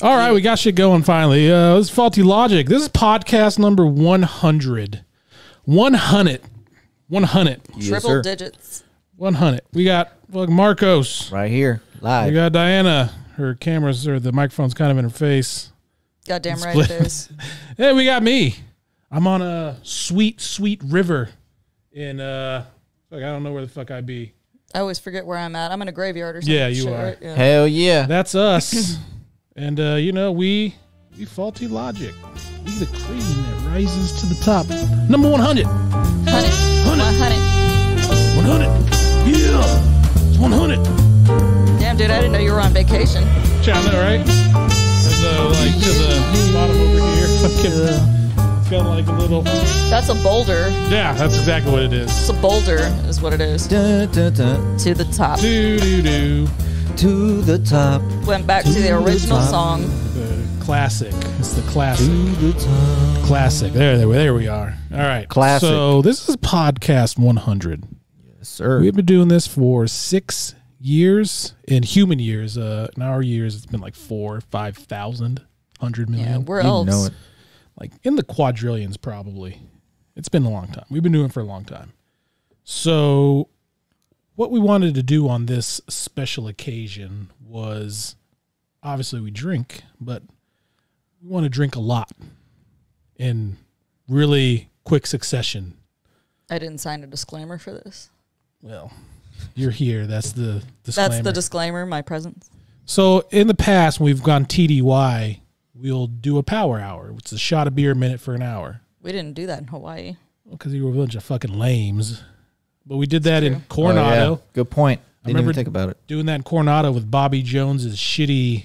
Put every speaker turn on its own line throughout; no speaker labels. All right, we got shit going finally. Uh, this is Faulty Logic. This is podcast number 100. 100. 100.
Triple
sir.
digits.
100. We got fuck Marcos.
Right here,
We
live.
got Diana. Her cameras or the microphone's kind of in her face.
Goddamn right
Split.
it is.
Hey, we got me. I'm on a sweet, sweet river in, uh, fuck, I don't know where the fuck I be.
I always forget where I'm at. I'm in a graveyard or something.
Yeah, you
shit,
are.
right? Yeah.
Hell yeah.
That's us. and uh, you know, we we faulty logic. We the cream that rises to the top. Number 100.
Hundred. One hundred.
100. Yeah. It's 100.
Damn, dude, I didn't know you were on vacation.
China, right? There's uh, like to the bottom over here. Fucking uh, it's got like a little
That's a boulder.
Yeah, that's exactly what it is.
It's a boulder, is what it is.
Dun, dun, dun.
To the top.
Do do do.
To the top.
Went back to the original song.
The classic. It's the classic.
To the top.
Classic. There, there, there we are. All right.
Classic.
So this is podcast 100.
Sir.
We've been doing this for six years in human years. Uh, in our years, it's been like four, five thousand, hundred
Yeah,
million,
we're
You
elves.
know it.
like in the quadrillions probably. It's been a long time. We've been doing it for a long time. So, what we wanted to do on this special occasion was obviously we drink, but we want to drink a lot in really quick succession.
I didn't sign a disclaimer for this.
Well, you're here. That's the disclaimer.
That's the disclaimer, my presence.
So in the past, when we've gone TDY, we'll do a power hour. It's a shot of beer a minute for an hour
We didn't do that in Hawaii.
because you were a bunch of fucking lames. But we did that in
Oh, yeah.
Coronado,
Good point. Didn't
remember-
even think about it.
doing that in Coronado with Bobby Jones's shitty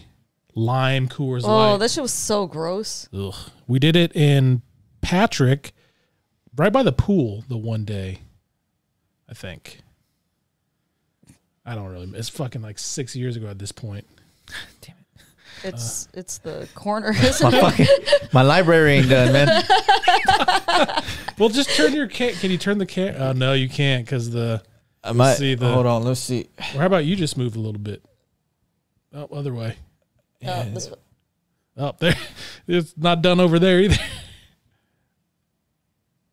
lime Coors
Oh,
Light.
that shit was so gross.
Ugh. We did it in Patrick, right by the pool, the one day, I think. I don't really. It's fucking like six years ago at this point. Uh.
It's it's the corner, isn't
My,
it?
fucking, my library ain't done, man.
Well, just turn your ca- can you turn the can? Oh no, you can't because the
I might,
see the-
Hold on. Let's see.
Or how about you just move a little bit? Oh, other way.
Oh, this-
Up there. It's not done over there either.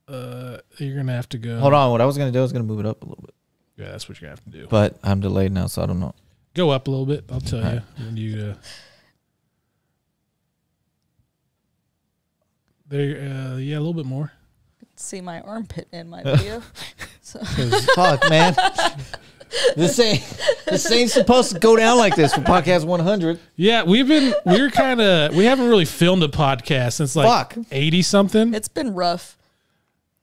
Uh, you're gonna have to go.
Hold on. What I was going to do, I was going to move it up a little bit.
Yeah, that's what you're gonna have to do.
But I'm delayed now, so I don't know.
Go up a little bit. I'll tell you. When you uh, there. Uh, yeah, a little bit more.
see my armpit in my video. So
Fuck, man. this ain't this ain't supposed to go down like this for podcast 100.
Yeah, we've been we're kind of we haven't really filmed a podcast since like
Fuck.
eighty something.
it's been rough.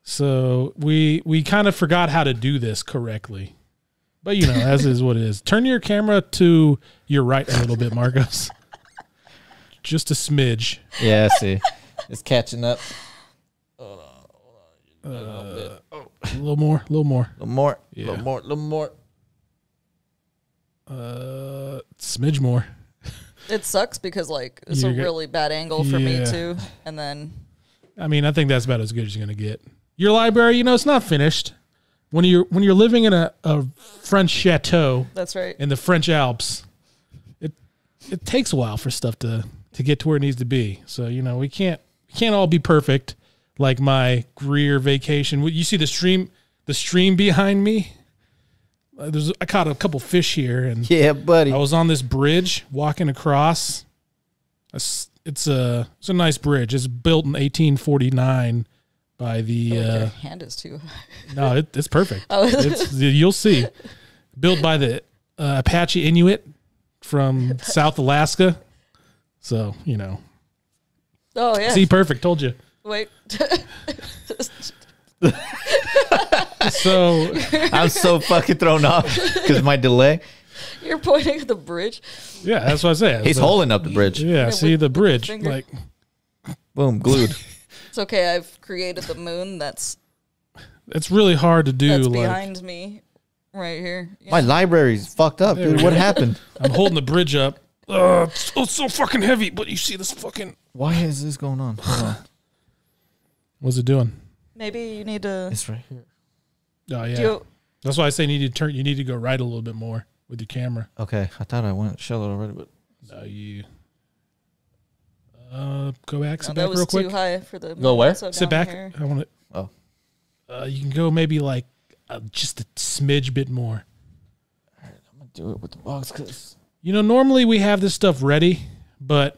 So we we kind of forgot how to do this correctly. But you know, as is what it is. Turn your camera to your right a little bit, Marcos. Just a smidge.
Yeah, I see. It's catching up.
A Uh, little more, a little more.
A little more. A
Yeah.
little more. A little more.
Uh smidge more.
It sucks because like it's
You're
a
go-
really bad angle for
Yeah.
me too. And then
I mean, I think that's about as good as you're gonna get. Your library, you know, it's not finished. When you're when you're living in a, a French chateau
that's right.
in the French Alps, it it takes a while for stuff to to get to where it needs to be. So you know we can't we can't all be perfect. Like my Greer vacation, Would you see the stream the stream behind me. Uh, There's I caught a couple fish here, and
Yeah, buddy.
I was on this bridge walking across. It's, it's a it's a nice bridge. It's built in 1849 by the
Like,
uh,
Your hand is too.
no, it, it's perfect.
Oh.
It's, you'll see. Built by the uh, Apache Inuit from South Alaska. So, you know,
Oh yeah.
see, perfect. Told you.
Wait.
So,
I'm so fucking thrown off because my delay.
You're pointing at the bridge.
yeah, that's what I said.
He's
So-
holding up the bridge.
Yeah,
with-
see the
with the
bridge.
finger.
like,
Boom, glued.
It's okay. I've created the moon that's
it's really hard to do.
that's
like,
behind me, right here. Yeah.
My library's fucked up, dude. What happened?
I'm holding the bridge up. Ugh, it's, oh, it's so fucking heavy, but you see this fucking.
Why is this going on? Hold on.
What's it doing?
Maybe you need to.
It's right here.
Oh, yeah.
Do you,
that's why I say you need to turn, you need to go right a little bit more with your camera.
Okay, I thought I went shallow already, but
No, you. Uh, go back, sit
that
back
was
real
too
quick.
high for the.
Go where?
so
Sit
down
back.
here.
I want to.
Oh.
Uh, you can go maybe like uh, just a smidge bit more.
Do it with the box because
You know, normally we have this stuff ready, but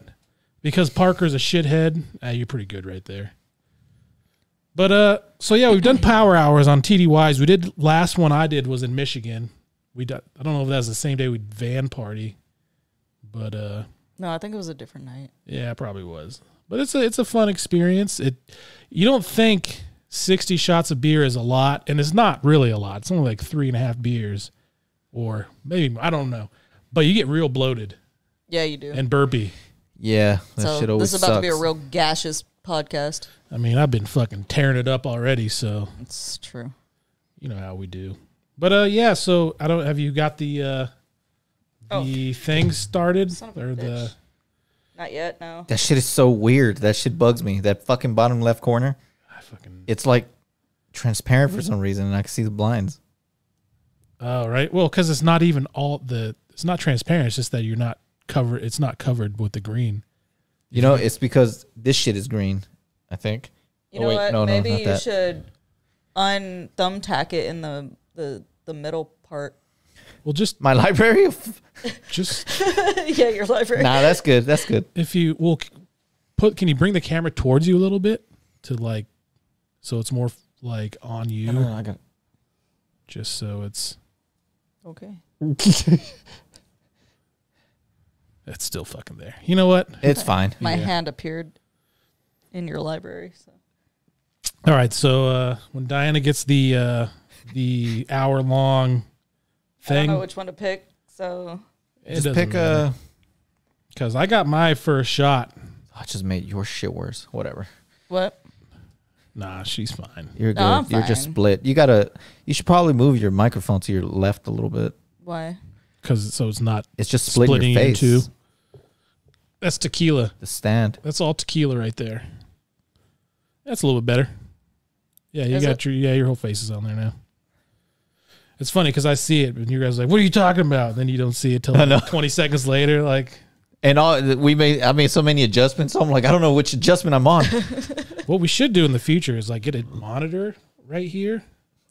because Parker's a shithead, uh, you're pretty good right there. But uh, so yeah, we've done power hours on TDYs. We did last one I did was in Michigan. We done, I don't know if that was the same day we van party, but uh,
No, I think it was a different night.
yeah, it probably was. But it's a it's a fun experience. It you don't think sixty shots of beer is a lot, and it's not really a lot. It's only like three and a half beers, or maybe I don't know. But you get real bloated
Yeah, you do.
and burpy.
yeah, that
so
shit always
this is about
sucks.
to be a real gaseous podcast.
I mean, I've been fucking tearing it up already, so
It's true.
you know how we do. But uh, yeah. So I don't have you got the uh,
Oh.
the thing started
Son of a
or the
bitch. Not yet. No.
that shit is so weird. That shit bugs me. That fucking bottom left corner.
I fucking
It's like transparent for some reason, and I can see the blinds.
oh right. Well, because it's not even all the it's not transparent. It's just that you're not covered. It's not covered with the green.
You know, it's because this shit is green. I think.
You
Oh,
know
wait,
what?
no, no,
Maybe
not
you
that.
should un thumbtack it in the the the middle part.
Well, just
My library. F-
just
yeah, your library.
nah, that's good. That's good.
if you will put can you bring the camera towards you a little bit to like so it's more like on you
No, no, I got.
just so it's
Okay.
it's still fucking there you know what
It's fine.
My
Yeah.
hand appeared in your library. So.
all right so uh when diana gets the uh the hour long
I don't
thing
know which one to pick. So
it
Just Oh, pick a.
because i got my first shot
I just made your shit worse. Whatever.
what?
nah she's fine
You're good.
No, I'm
You're just
fine.
split. You gotta. You should probably move your microphone to your left a little bit.
Why?
because so it's not
It's just split in
Splitting
your face.
into- that's tequila
The stand.
that's all tequila right there that's a little bit better yeah you
Is
got
it?
your yeah your whole face is on there now it's funny because i see it and you guys are like what are you talking about and then you don't see it till
I know.
20 seconds later like
And all we made. I made so many adjustments. I'm like, I don't know which adjustment I'm on.
what we should do in the future is like get a monitor right here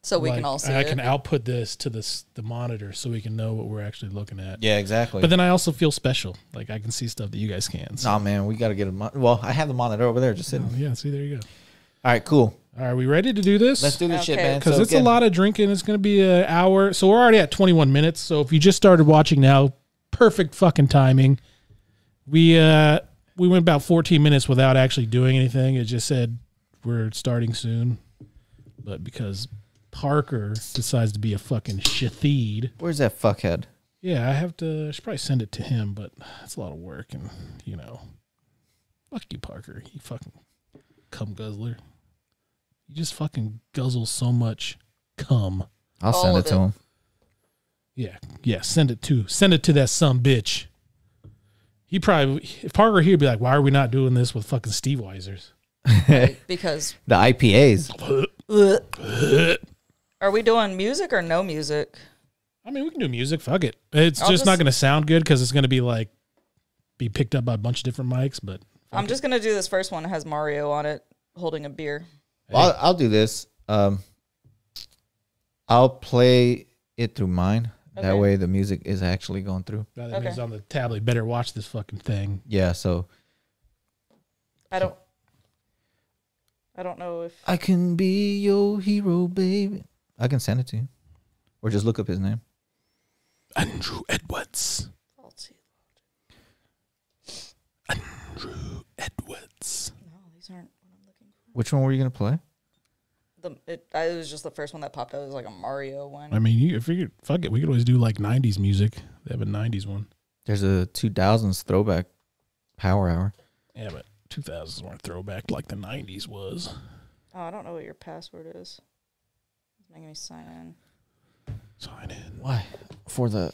So we
Like,
can all see
and i
it.
can output this to this the monitor so we can know what we're actually looking at
yeah, exactly.
but then i also feel special like i can see stuff that you guys can't so,
Nah, man, we gotta get a. Mon- well, I have the monitor over there, just sitting.
yeah see there you go
All right, cool.
all right we ready to do this
Let's do this shit,
Okay.
man.
because
So
it's
again,
a lot of drinking. It's going to be an hour, so we're already at 21 minutes. So if you just started watching now, perfect fucking timing. We uh we went about 14 minutes without actually doing anything. It just said we're starting soon, but because Parker decides to be a fucking shithed,
Where's that fuckhead?
yeah, I have to. I should probably send it to him, but it's a lot of work, and you know, fuck you, Parker. You fucking cum guzzler. You just fucking guzzle so much cum.
I'll
All
send
of
it to
it.
him.
Yeah, yeah. Send it to send it to that some bitch. He probably if Parker he'd be like, why are we not doing this with fucking Steve Weisers?
because
The IPAs.
are we doing music or no music?
I mean, we can do music. Fuck it. It's
I'll
just, not
just-
going to sound good because it's going to be like be picked up by a bunch of different mics. But
I'm just gonna do this first one. It has Mario on it holding a beer.
Well, I'll, I'll do this. Um, I'll play it through mine. That
Okay.
way, the music is actually going through.
now that
Okay.
means on the tablet, better watch this fucking thing.
Yeah. So
I don't. I don't know if
I can be your hero, baby. I can send it to you, or just look up his name.
Andrew Edwards.
I'll see.
Edwards.
No, these aren't what I'm looking
Which one were you gonna play?
for. The it, I, it was just the first one that popped up. It was like a Mario one.
I mean, you, if you fuck it, we could always do like '90s music. They have a '90s one.
There's a 2000s throwback power hour.
Yeah, but 2000s weren't throwback like the '90s was.
Oh, I don't know what your password is. It's making me sign in
Sign in.
Why? For the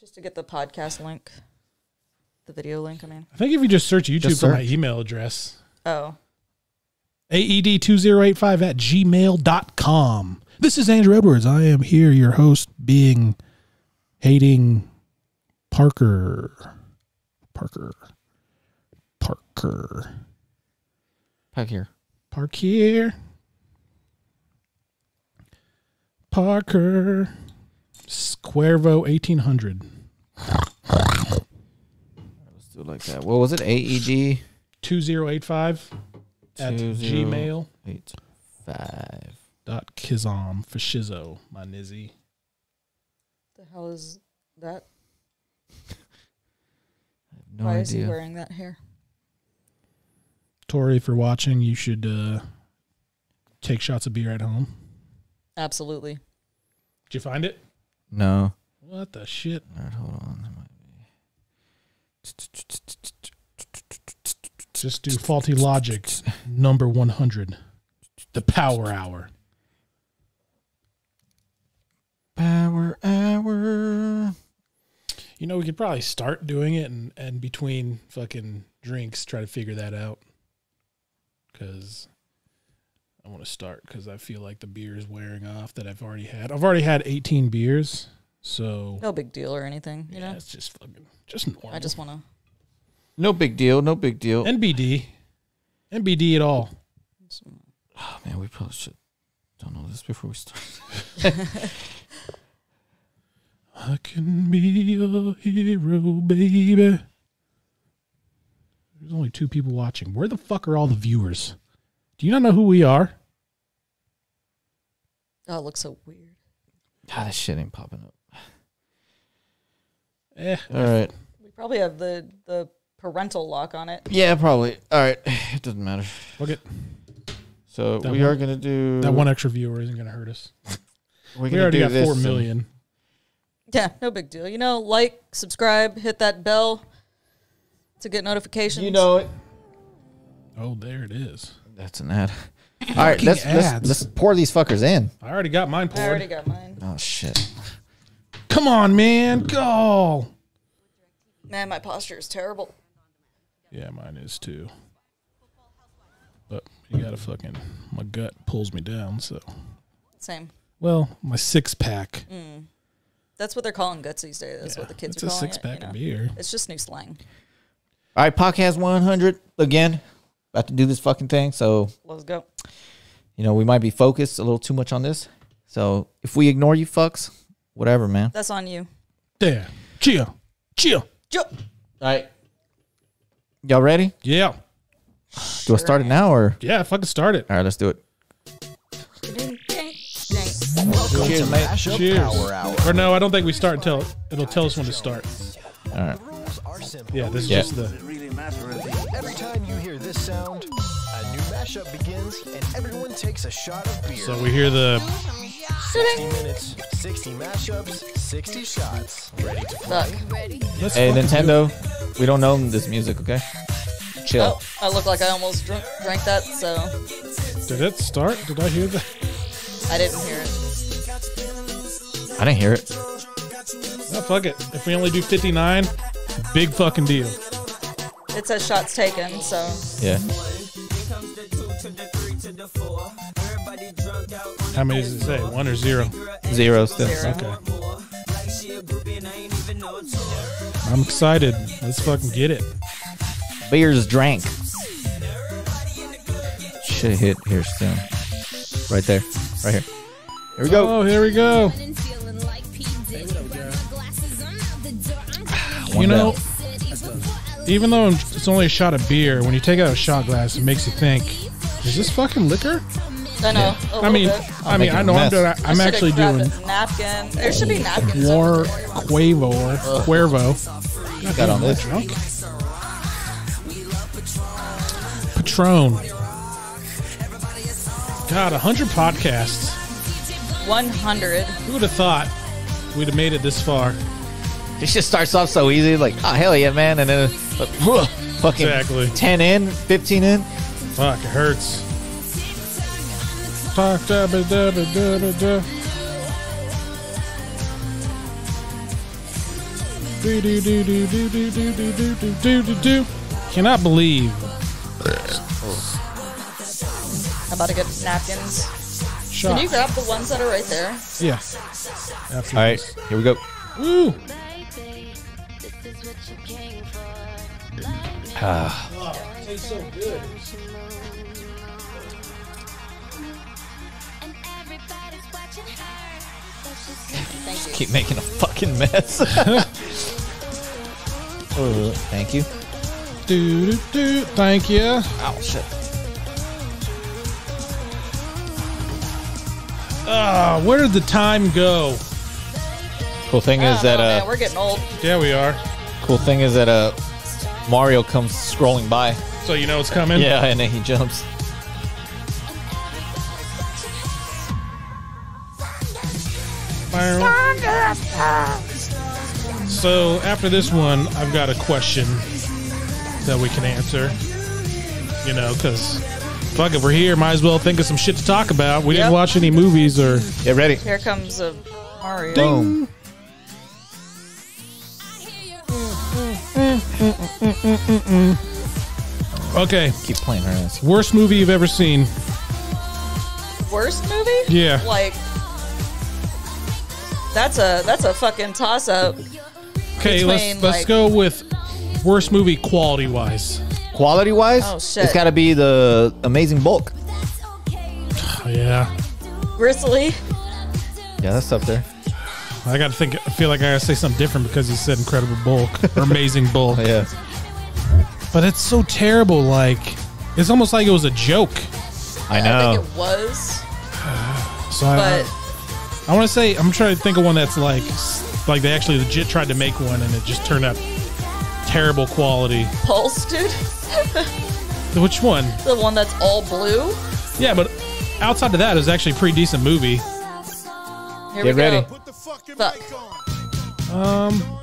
just to get the podcast link, the video link. I mean,
I think if you just search YouTube
Just
for my
search.
email address, E
oh,
aed2085 at gmail.com. This is Andrew Edwards. I am here, your host, being hating Parker. Parker. Parker.
Back here.
Park here. Parker. Squervo 1800.
Let's do it like that. What was it? E AEG
2085 at
20.
gmail
eight five.
dot Kizom for Shizo, my Nizzy.
The hell is that?
No
Why is he
idea.
wearing that hair?
Tori, if you're watching, you should uh, take shots of beer at home.
Absolutely.
Did you find it?
No.
What the shit?
All right, hold on. That might
Just do faulty logic number 100. The power hour.
Power hour.
You know, we could probably start doing it and, and between fucking drinks try to figure that out. Cause I want to start because I feel like the beer is wearing off that I've already had. I've already had 18 beers. So
No big deal or anything. You
yeah,
know.
it's just fucking just normal.
I Oh, just want to.
No big deal. No big deal.
NBD. NBD at all.
Oh man, we probably should don't know this before we start.
I can be a hero, baby. There's only two people watching. Where the fuck are all the viewers? Do you not know who we are?
Oh, it looks so weird.
Ah, that shit ain't popping up.
Eh,
All right.
We probably have the the parental lock on it.
Yeah, probably. All right. It doesn't matter.
fuck it.
So
That
we
one-
are gonna do
That one extra viewer isn't going to hurt us.
We're
We already got four million.
Yeah, no big deal. You know, like, subscribe, hit that bell to get notifications.
You know it.
Oh, there it is.
That's an ad. All right, let's, let's
ads.
let's pour these fuckers in.
I already got mine
I
poured.
already got mine.
Oh shit.
Come on, man, go.
Man, my posture is terrible.
Yeah, mine is too. But you got to fucking. My gut pulls me down. So,
Same.
well, my six pack.
That's what they're calling guts these days. Mm, That's what the kids
it's
are
a
calling
six
it,
pack
you
of
know.
beer.
It's just new slang.
All right, podcast 100 again. About to do this fucking thing, so
Let's go.
you know we might be focused a little too much on this. So if we ignore you fucks, whatever, man.
That's on you.
There, chill, chill.
Jump.
All right. Y'all ready?
Yeah,
Do I start it now or?
yeah. Fucking start it.
All right, let's do it.
Welcome
Cheers,
to
mate.
Mashup
Cheers.
Power Hour.
Or no, I don't think we start until it'll tell us when to start.
All right.
Rules are simple.
Yeah, this is
Yeah.
just the.
really matter at the end? Every time you hear this sound, a new mashup begins, and everyone takes a shot of beer.
So we hear the
60 minutes, 60 mashups, 60 shots. Ready to
Suck.
let's
Hey
fucking
Nintendo, we don't know this music, okay? Chill.
Oh, I look like I almost drunk, drank that, so
do it. Did it start? Did I hear that?
I didn't hear it. Oh.
I didn't hear it.
No, fuck it. If we only do fifty nine, big fucking deal.
It says shots taken, so
Yeah.
How many does it say? One or zero?
Zero still.
Zero.
Okay. I'm excited. Let's fucking get it.
Beers drank. Should have hit here soon. Right there. Right here. Here we go.
Oh, here we go. You
One
know,
down.
even though it's only a shot of beer, when you take out a shot glass, it makes you think, is this fucking liquor?
I know. a
I
Oh,
little
mean,
bit.
I mean,
making
I
a
know I'm
mess.
doing. I- I'm
I should've
actually
grabbed
doing
a napkin. There should be napkins.
War
over
Quavo, Cuervo.
Got on this.
Drunk. Patron. God, a hundred podcasts.
One hundred.
Who would have thought we'd have made it this far?
Oh.
This just starts off so easy. Like, oh, hell yeah, man. And then uh, whew, fucking
Exactly.
10 in, 15 in.
Fuck, it hurts. Fuck, da, ba, da, ba, da, ba, da. Do, do, do, do, do, do, do, do, do, do, do, do, do. Cannot believe.
I'm about to get napkins. Can you
Shots.
grab the ones that are right there?
Yeah. After
All right,
this.
here we go.
Woo!
Baby, this is what you came for.
Ah,
tastes so good.
And everybody's watching her. But she's looking
Thank you.
Keep making a fucking mess. Uh, thank you.
Do do do. Thank you.
Ow, shit.
Ah, where did the time go?
Cool thing
I
is
don't
that
know,
uh,
man, we're getting old.
Yeah, we are.
cool thing is that uh, Mario comes scrolling by.
So you know it's coming.
Yeah, and then he jumps.
So after this one, I've got a question that we can answer. You know, because fuck, if we're here, might as well think of some shit to talk about. We
Yep.
didn't watch any movies or
Get ready.
Here comes a Mario.
Boom.
okay.
Keep playing her ass.
Worst movie you've ever seen?
Worst movie?
Yeah.
Like that's a that's a fucking toss up.
Okay, let's
Between,
let's
like-
go with worst movie quality wise.
Quality wise,
Oh, shit.
it's got to be the Amazing Bulk.
Yeah,
Grizzly.
Yeah, that's up there.
I got to think. I feel like I got to say something different because you said Incredible Bulk or Amazing Bulk,
Oh, Yeah.
but it's so terrible. Like it's almost like it was a joke.
I
I
know. Uh-huh.
think it was.
So I,
But
I want to say I'm trying to think of one that's like like they actually legit tried to make one and it just turned out terrible quality.
Pulse, dude.
Which one?
The one that's all blue.
Yeah, but outside of that, it was actually a pretty decent movie.
Here we
Get ready.
go. Fuck.
Um,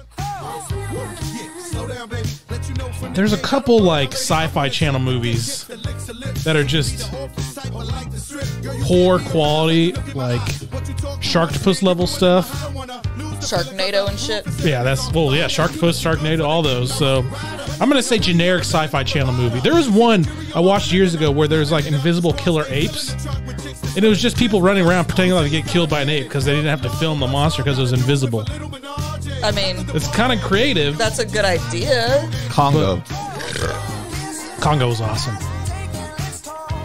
there's a couple like sci-fi channel movies that are just poor quality, like Sharktopus level stuff.
Sharknado and shit.
Yeah, that's well, yeah, Sharktopus, Sharknado, all those. So I'm gonna say generic sci-fi channel movie. There was one I watched years ago where there's like invisible killer apes, and it was just people running around pretending like they get killed by an ape because they didn't have to film the monster because it was invisible.
I mean,
It's kind of creative.
that's a good idea.
Congo.
Congo was awesome.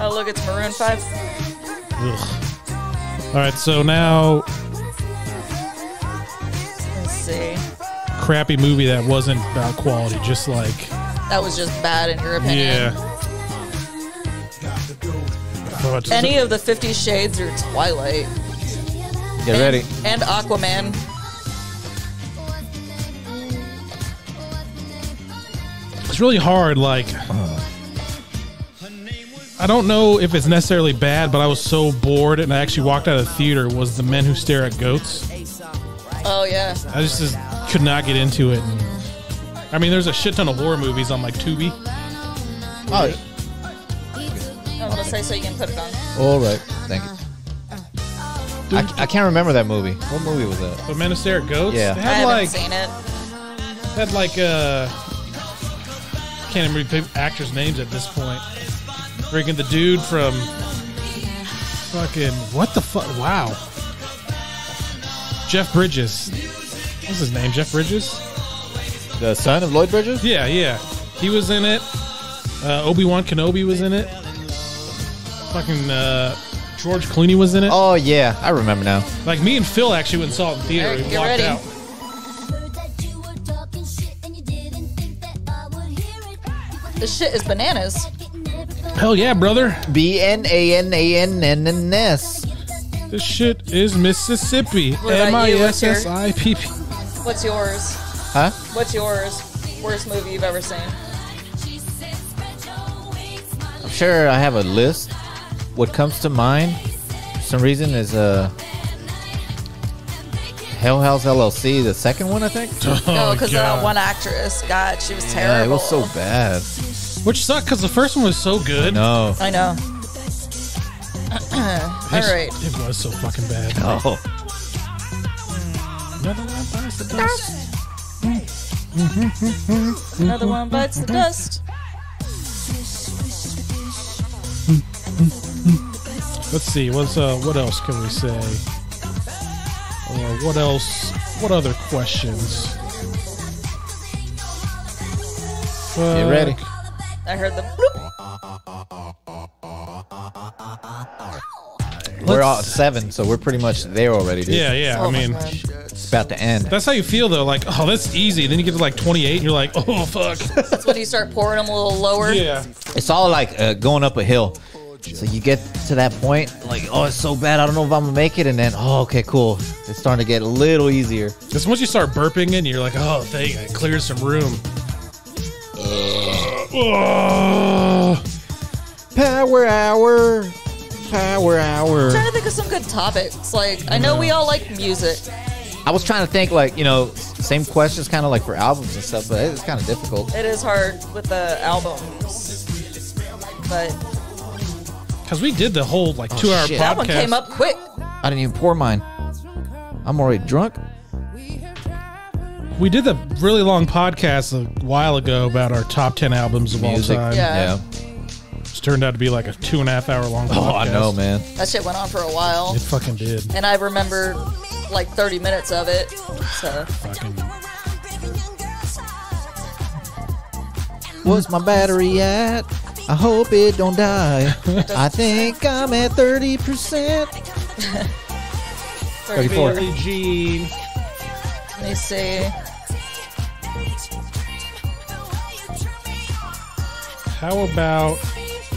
Oh look, it's Maroon Five.
Ugh. All right, so now
Let's see.
crappy movie that wasn't about quality, just like
That was just bad in your opinion.
yeah. Oh, it's-
Any of the Fifty Shades or Twilight.
Get ready.
And Aquaman.
it's really hard. Like, I don't know if it's necessarily bad, but I was so bored and I actually walked out of the theater. Was the Men Who Stare at Goats?
Oh yeah.
I just, just could not get into it. And, I mean, there's a shit ton of horror movies on like Tubi.
Oh,
I was gonna say so you can put it on.
Oh, all right. Thank you. I, I can't remember that movie. What movie was that?
But Men Who Stare at Goats,
Yeah.
they
I
had
haven't
like
seen it.
had like uh can't even remember actors' names at this point. Freaking the dude from fucking what the fuck? Wow, Jeff Bridges. What's his name? Jeff Bridges.
The Son of Lloyd Bridges?
Yeah, yeah. He was in it. Uh, Obi Wan Kenobi was in it. Fucking uh, George Clooney was in it.
Oh, yeah. I remember now.
Like me and Phil actually went and saw it in theater.
Alright,
we
get
walked
ready.
out.
This shit is bananas.
Hell yeah, brother!
B N A N A N N N S.
This shit is Mississippi.
What
M
about
I
you? What's
S
your-
S I P P.
What's yours?
Huh?
What's yours? Worst movie you've ever seen?
I'm sure I have a list. What comes to mind, for some reason, is uh, Hell House LLC, the second one, I think.
no, because
God.
that one actress, God, she was terrible.
Oh, Yeah, it was so bad.
Which sucked because the first one was so good.
No.
I know. All
It's-
right.
It was so fucking bad.
Oh.
Another one bites the dust.
Another one bites the dust.
Let's see. What's uh? What else can we say? Or what else? What other questions?
Get ready.
Uh, Fuck.
I heard the bloop.
We're all at seven, so we're pretty much there already, dude.
Yeah, yeah.
Oh
I mean,
It's about to end.
that's how you feel though. Like, oh, that's easy. Then you get to like 28, and you're like, oh fuck.
That's when you start pouring them a little lower.
yeah.
It's all like uh, going up a hill. So you get to that point, like, oh, it's so bad. I don't know if I'm gonna make it. And then, oh, okay, cool. It's starting to get a little easier.
Because once you start burping and you're like, oh, thank, it clears some room. Oh.
Power hour, power hour.
trying to think of some good topics. Like, I know we all like music.
I was trying to think, like, you know, same questions, kind of like for albums and stuff, but it's kind of difficult.
It is hard with the albums. But
Because we did the whole like two hour podcast.
shit.
Oh, that one came up quick.
I didn't even pour mine. I'm already drunk.
We did the really long podcast a while ago about our top 10 albums of
Music,
all time.
Yeah.
It's turned out to be like a two and a half hour long
Oh, I
podcast.
know, man.
That shit went on for a while.
It fucking did.
And I remember like 30 minutes of it. So,
Fucking.
What's my battery at? I hope it don't die. I think I'm at 30%.
Oh,
34.
Billie Jean.
Let me see.
How about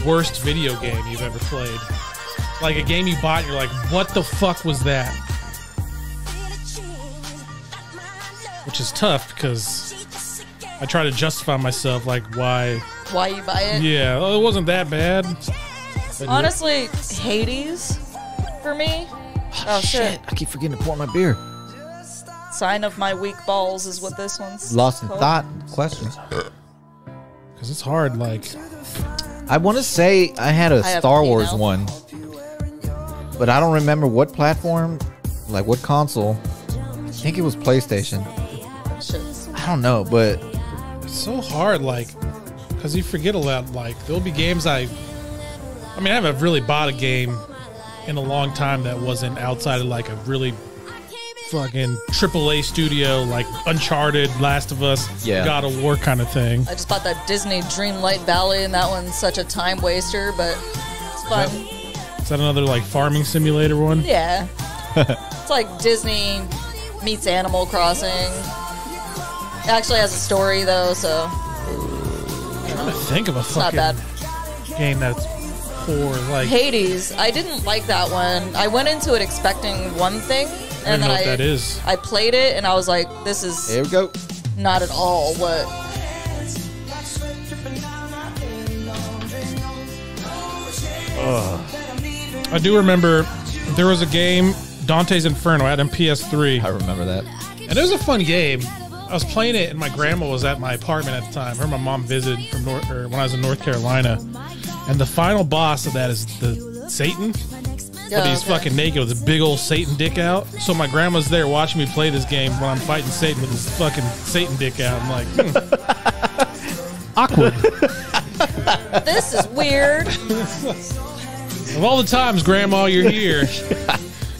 worst video game you've ever played? Like a game you bought, and you're like, what the fuck was that? Which is tough because I try to justify myself, like why?
Why you buy it?
Yeah, oh, it wasn't that bad. But
Honestly, Hades for me. Oh, shit.
I keep forgetting to pour my beer.
Sign of my weak balls is what this one's.
Lost in
called.
thought. Questions.
because it's hard. Like
I want to say I had a
I have
Star
pee
Wars
now.
one, but I don't remember what platform, like what console. I think it was PlayStation.
Shit.
I don't know, but
it's so hard, like because you forget a lot. Like there'll be games I, I mean, I haven't really bought a game in a long time that wasn't outside of like a really fucking AAA studio, like Uncharted, Last of Us,
Yeah.
God of War kind of thing.
I just bought that Disney Dreamlight Valley, and that one's such a time waster, but it's fun.
Is that another like farming simulator one?
Yeah. it's like Disney meets Animal Crossing. It actually has a story, though, so
I think of a
it's not
fucking
bad.
game that's poor. Like
Hades, I didn't like that one. I went into it expecting one thing,
I don't
and
know
then
what
I,
that is.
I played it, and I was like, this is
here we go.
not at all what.
I do remember there was a game Dante's Inferno I had on PS3.
I remember that.
And it was a fun game. I was playing it, and my grandma was at my apartment at the time. Her and my mom visited from North, or when I was in North Carolina. And the final boss of that is the Satan. But
Yeah,
he's
okay.
fucking naked with a big old Satan dick out. So my grandma's there watching me play this game when I'm fighting Satan with his fucking Satan dick out. I'm like, hmm. awkward.
This is weird.
of all the times, Grandma, you're here,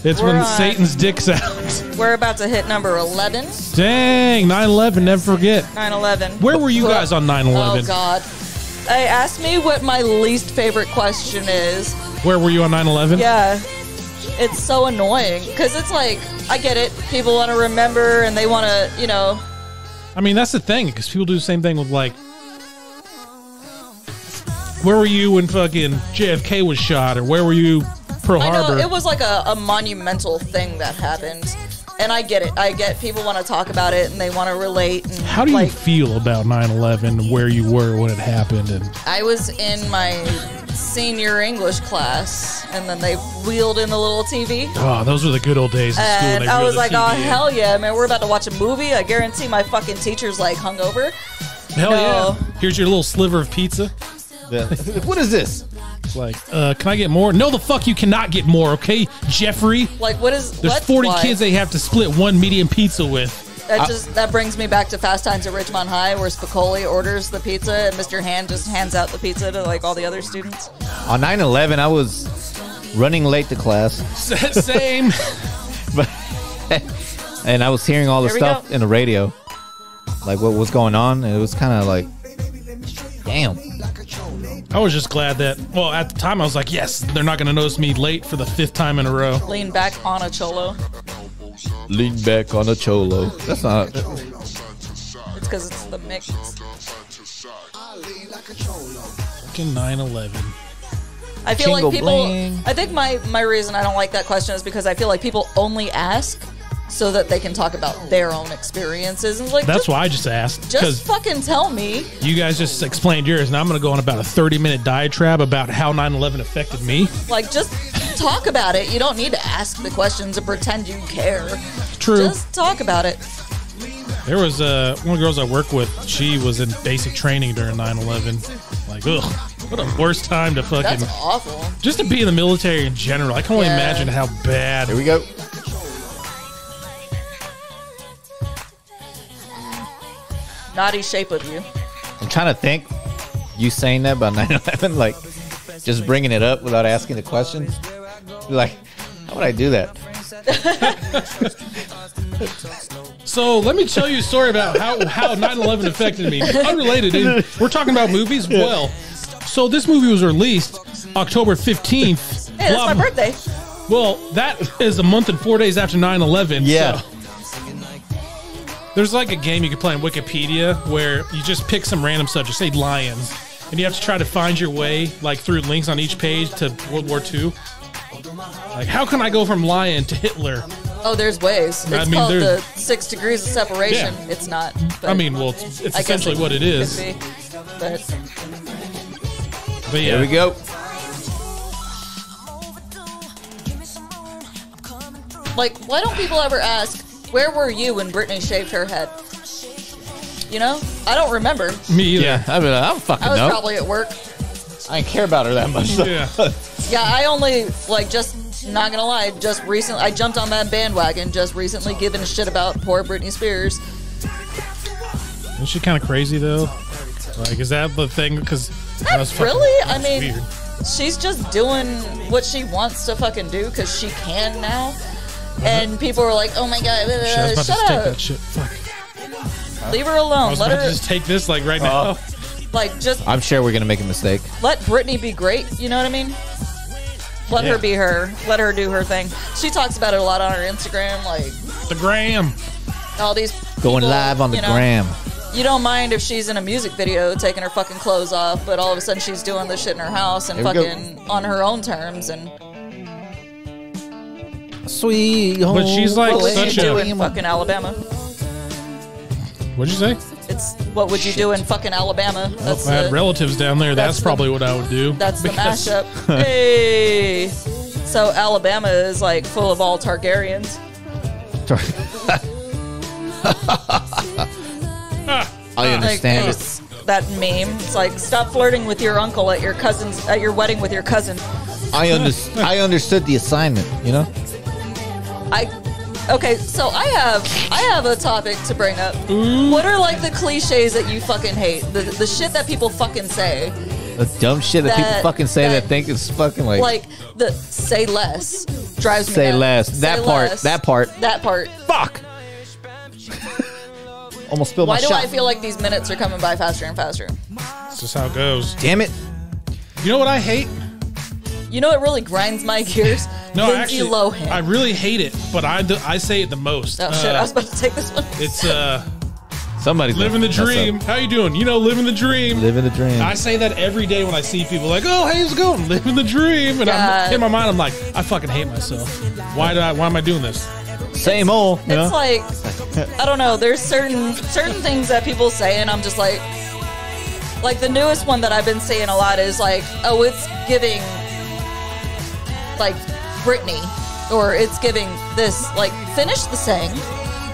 it's
We're
when
on.
Satan's dick's out.
We're about to hit number 11.
Dang, 9 11, never forget.
9 11.
Where were you guys on 9 11?
Oh, God. Hey, ask me what my least favorite question is.
Where were you on 9 11?
Yeah. It's so annoying because it's like, I get it. People want to remember and they want to, you know,
I mean, that's the thing because people do the same thing with like, where were you when fucking JFK was shot, or where were you Pearl
I
Harbor?
know it was like a, a monumental thing that happened. And I get it. I get people want to talk about it and they want to relate. And
How do you
like,
feel about 9/11? Where you were when it happened, and
I was in my senior English class and then they wheeled in the little TV.
oh, those were the good old days in school.
And
they
Uh, I
reeled
was
the
like,
TV
oh,
in."
hell yeah, man, we're about to watch a movie. I guarantee my fucking teacher's like hungover.
hell
no.
yeah! Here's your little sliver of pizza.
The- what is this?
It's like, uh, can I get more? No, the fuck, you cannot get more. Okay, Jeffrey.
Like, what is.
There's
what?
40
Why?
kids they have to split one medium pizza with.
That just that brings me back to Fast Times at Ridgemont High, where Spicoli orders the pizza and Mr. Hand just hands out the pizza to like all the other students.
On 9 11, I was running late to class,
Same.
but and I was hearing all the
Here we
stuff
go.
in the radio, like what was going on. And it was kind of like, damn.
I was just glad that, well, at the time I was like, yes, they're not going to notice me late for the fifth time in a row.
Lean back on a cholo.
Lean back on a cholo. That's not.
It's because it's the mix.
Fucking 911.
I feel
Jingle
like people.
bling.
I think my my reason I don't like that question is because I feel like people only ask so that they can talk about their own experiences and like
That's
just,
why I just asked
Just
because
fucking tell me.
you guys just explained yours, and I'm going to go on about a 30 minute diatribe about how 9/11 affected me.
Like just talk about it. You don't need to ask the questions and pretend you care.
True.
Just talk about it.
There was uh, one of the girls I work with. She was in basic training during 9/11. Like, ugh, what a worst time to fucking
That's awful.
just to be in the military in general. I can only
Yeah.
imagine how bad.
Here we go.
Naughty shape of you.
I'm trying to think. You saying that about 9/11, like just bringing it up without asking the question. Like, how would I do that?
So let me tell you a story about how how 9/11 affected me. Unrelated, and we're talking about movies. Well, so this movie was released October 15th.
Hey, that's my birthday.
Well, that is a month and four days after 9 11.
Yeah.
There's like a game you can play on Wikipedia where you just pick some random subject, say lions, and you have to try to find your way like through links on each page to World War II. Like, how can I go from lion to Hitler?
Oh, there's ways. It's
I mean,
called the
there's-
six degrees of separation.
Yeah.
It's not. but
I mean, well, it's, it's
I guess
essentially what it
could
is.
be. But
But yeah,
Here we go.
Like, why don't people ever ask, where were you when Britney shaved her head? You know? I don't remember.
me either.
Yeah, I mean, I'm fucking
I was
no.
probably at work.
I didn't care about her that much. though.
Yeah.
Yeah, I only, like, just, not gonna lie, just recently, I jumped on that bandwagon just recently giving a shit about poor Britney Spears.
Isn't she kind of crazy though? Like, is that the thing? Because
Not really. I mean, uh, she's just doing what she wants to fucking do because she can now. And people were like, oh my god, blah, blah,
Shit, I Mm-hmm. was
blah,
about to
shut
just take that
up.
shit. Fuck.
Leave her
I
alone.
was
Let
about to
her,
just Ah. take this like right now.
Oh.
like, just
I'm sure we're gonna make a mistake.
let Britney be great. You know what I mean? Let
Yeah.
her be her. Let her do her thing. She talks about it a lot on her Instagram. Like
The gram.
all these
Going
people,
live on the
you know,
gram.
You don't mind if she's in a music video taking her fucking clothes off, but all of a sudden she's doing this shit in her house and
There we go.
fucking on her own terms. And
Sweet home.
But she's like
what would
such
you
a.
do in fucking Alabama?
What'd you say?
It's what would you do in fucking Alabama? That's
If I had
the,
relatives down there, that's,
that's the-
probably what I would do.
that's the
Because-
mashup. hey, so Alabama is like full of all Targaryens.
I understand
like,
it.
it's that meme. It's like stop flirting with your uncle at your cousin's at your wedding with your cousin.
I under- I understood the assignment. You know.
I okay, so I have I have a topic to bring up.
Mm.
What are like the cliches that you fucking hate? The the shit that people fucking say.
The dumb shit that, people
That-
fucking say that,
that-
think it's fucking like,
Like the say less drives me
Say
nuts.
less.
Say
That part.
less.
That part.
That part.
fuck. Almost spilled
Why
my
do
shot.
I feel like these minutes are coming by faster and faster?
That's just how it goes.
Damn it.
You know what I hate?
You know, it really grinds my gears.
No, I
Lindsay
actually,
Lohan.
I really hate it, but I do, I say it the most.
oh shit!
Uh,
I was about to take this one.
it's uh,
Somebody's
living the
gonna mess
dream. How you doing? You know, living the dream.
up. Living the dream.
I say that every day when I see people like, "Oh, hey, how's it going? Living the dream," and I'm,
God.
in my mind, I'm like, "I fucking hate myself. Why do I? Why am I doing this?"
Same old. You know?
It's like I don't know. There's certain certain things that people say, and I'm just like, like the newest one that I've been seeing a lot is like, oh, it's giving like Britney, or it's giving this like finish the saying,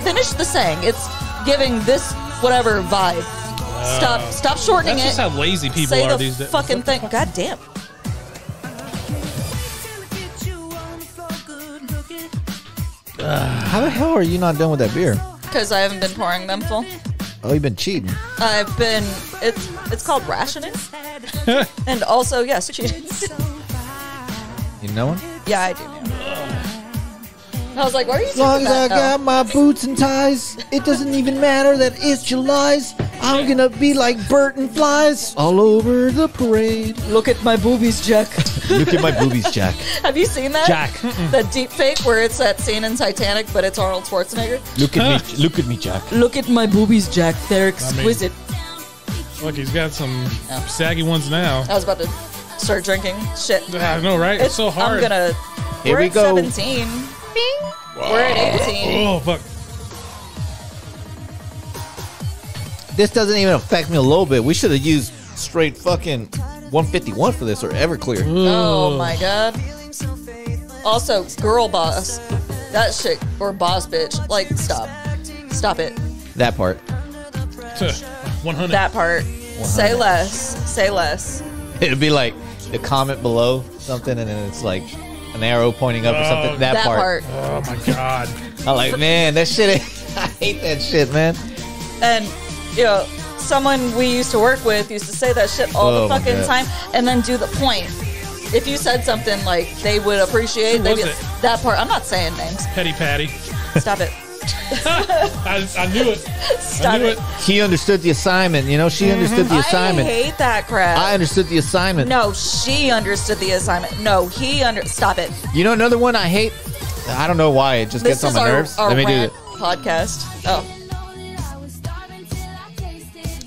finish the saying. It's giving this whatever vibe. Stop, stop shortening
That's
it.
just how lazy people
Say
are
the
these days.
fucking thing. God damn.
How the hell are you not done with that beer?
Because I haven't been pouring them full.
Oh, you've been cheating.
I've been. It's it's called rationing, and also yes, cheating.
You know one?
Yeah, I do. Know. I was like, why are you
As long
talking
as I
about?
got my boots and ties, it doesn't even matter that it's July's. I'm gonna be like Burton flies all over the parade.
Look at my boobies, Jack.
Look at my boobies, Jack.
Have you seen that?
Jack.
That deep fake where it's that scene in Titanic, but it's Arnold Schwarzenegger.
Look at me, look at me, Jack.
Look at my boobies, Jack. They're exquisite.
Look, he's got some
Oh.
saggy ones now.
I was about to start drinking. Shit.
I know, right? It's, so hard.
I'm gonna.
Here
we're
we
at
go.
17. Bing. We're at 18.
Oh fuck!
This doesn't even affect me a little bit. We should have used straight fucking 151 for this or Everclear.
Oh my god. Also, girl boss. That shit or boss bitch. Like, stop. Stop it.
That part.
One hundred.
That part. Say less. Say less.
It'd be like the comment below something, and then it's like an arrow pointing up or something. That,
That part.
Oh my god!
I'm like, man, that shit. ain't- I hate that shit, man.
And you know, someone we used to work with used to say that shit all
Oh,
the
my
fucking
God.
time, and then do the point. If you said something like they would appreciate,
Who
they'd be,
was it?
that part. I'm not saying names.
Petty Patty.
Stop it.
I, I knew it. I
Stop
knew
it.
it.
She understood the assignment. You know, she understood the assignment.
I hate that crap.
I understood the assignment.
no, she understood the assignment. No, he under. Stop it.
You know, another one I hate. I don't know why. It just
This
gets on
is
my
our,
nerves.
our
Let me do
rant
it.
podcast. Oh,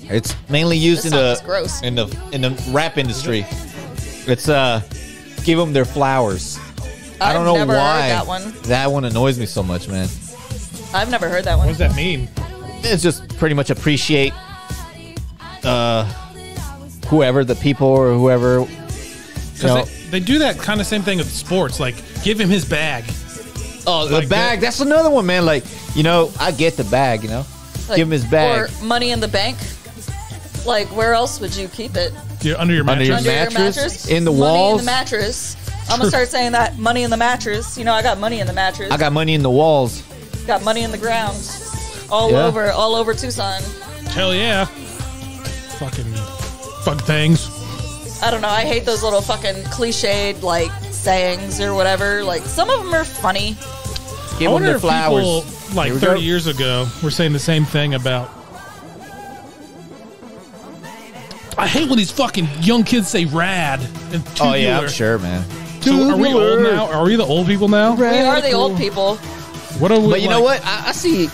It's mainly used
This
in the
sounds gross.
in the in the rap industry. It's uh, give them their flowers.
I've
I don't know
never
why
Heard that one.
that one annoys me so much, man.
I've never heard that one.
What does that mean?
It's just pretty much appreciate uh, whoever the people or whoever. You know,
Because they, they do that kind of same thing with sports. Like, give him his bag.
oh, the
like
bag. That's another one, man. Like you know, I get the bag. You know,
Like,
give him his bag.
Or money in the bank. Like, where else would you keep it?
You're under your
Under
mattress.
your
Under your
mattress?
mattress?
In the
money
walls?
in the mattress. I'm gonna start saying that. Money in the mattress. You know, I got money in the mattress.
I got money in the walls.
Got money in the ground. All
Yeah.
over, all over Tucson.
Hell yeah! Fucking fuck things.
I don't know. I hate those little fucking cliched like sayings or whatever. Like some of them are funny.
I
Give them
wonder
their
if
flowers.
people like
Here we
30
go.
years ago were saying the same thing about. I hate when these fucking young kids say "rad." And
Oh yeah,
tubular.
I'm sure, man.
So are we old now? Are we the old people now?
We are the old people.
What are we?
But you know
like-
what? I, I see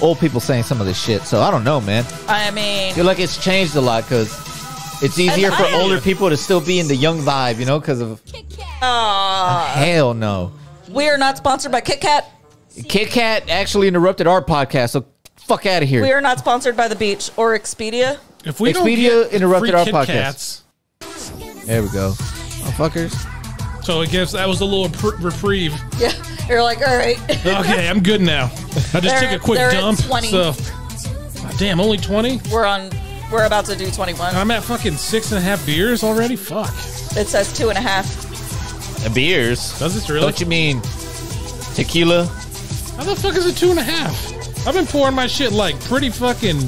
old people saying some of this shit, so I don't know, man.
I mean,
feel like it's changed a lot because it's easier
And
for
I-
older people to still be in the young vibe, you know, because of
uh,
hell no.
we are not sponsored by Kit Kat.
Kit Kat actually interrupted our podcast, so fuck out of here.
We are not sponsored by the beach or Expedia.
If we don't
Expedia
get
interrupted
free
our
Kit
podcast.
Kats-
there we go, motherfuckers.
so I guess that was a little pr- reprieve.
Yeah, you're like, all right.
Okay, I'm good now. I just
They're-
took a quick
they're at
dump.
20.
So, damn, only twenty.
We're on. We're about to do 21.
I'm at fucking six and a half beers already. Fuck.
It says two and a half.
And beers?
Does this really?
Don't you mean tequila?
How the fuck is it two and a half? I've been pouring my shit like pretty fucking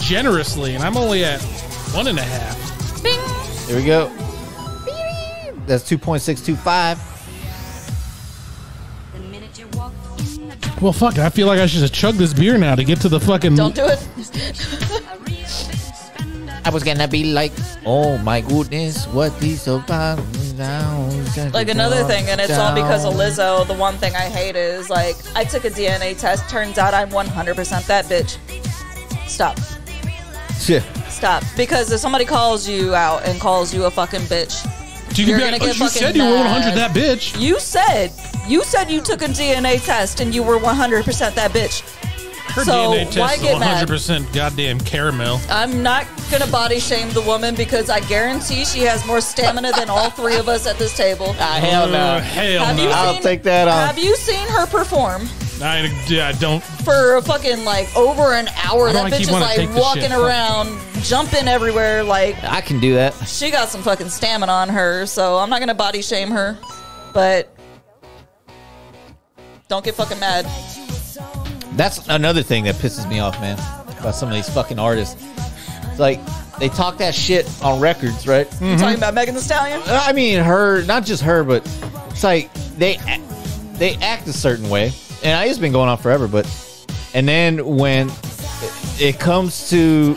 generously, and I'm only at one and a half.
Bing.
There we go. That's two point six two five.
Well, fuck. I feel like I should just chug this beer now to get to the fucking.
Don't do it.
I was gonna be like, oh my goodness, what these about now?
Like another thing, and it's all because of Lizzo. The one thing I hate is like I took a DNA test. Turns out I'm 100% that bitch. Stop.
Yeah.
Stop. Because if somebody calls you out and calls you a fucking bitch,
Do you
You're
be like,
gonna
"Oh,
get
you
fucking
said you were 100
mad."
that bitch.
you said you said you took a DNA test and you were 100% that bitch.
Her
So,
DNA
why
test is
get mad?
100% goddamn caramel.
I'm not gonna body shame the woman because I guarantee she has more stamina than all three of us at this table.
hell
Uh,
no.
hell
Have
no.
you
I'll
seen,
take that uh, off.
Have you seen her perform
I, yeah, I don't.
for a fucking like over an hour?
Why do
That
I
bitch
keep
is
wanting to take
like
this
walking
shit? Fuck.
around, jumping everywhere. Like
I can do that.
she got some fucking stamina on her, so I'm not gonna body shame her, but don't get fucking mad.
That's another thing that pisses me off, man, about some of these fucking artists. It's like they talk that shit on records, right?
Mm-hmm.
You talking about Megan Thee Stallion?
I mean, her, not just her, but it's like they a- they act a certain way, and it's been going on forever. But and then when it- it comes to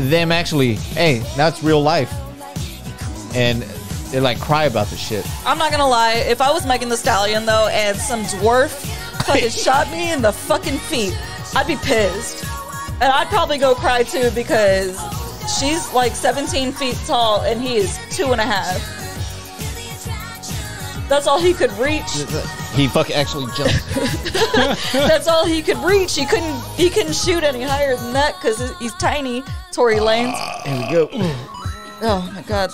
them actually, hey, now it's real life, and they like cry about the shit.
I'm not gonna lie. If I was Megan the Stallion though, and some dwarf fucking shot me in the fucking feet, I'd be pissed, and I'd probably go cry too because she's like 17 feet tall and he is two and a half. That's all he could reach.
He fucking actually jumped.
That's all he could reach. He couldn't. He couldn't shoot any higher than that because he's tiny. Tory Lanez.
Here we go.
Oh my god.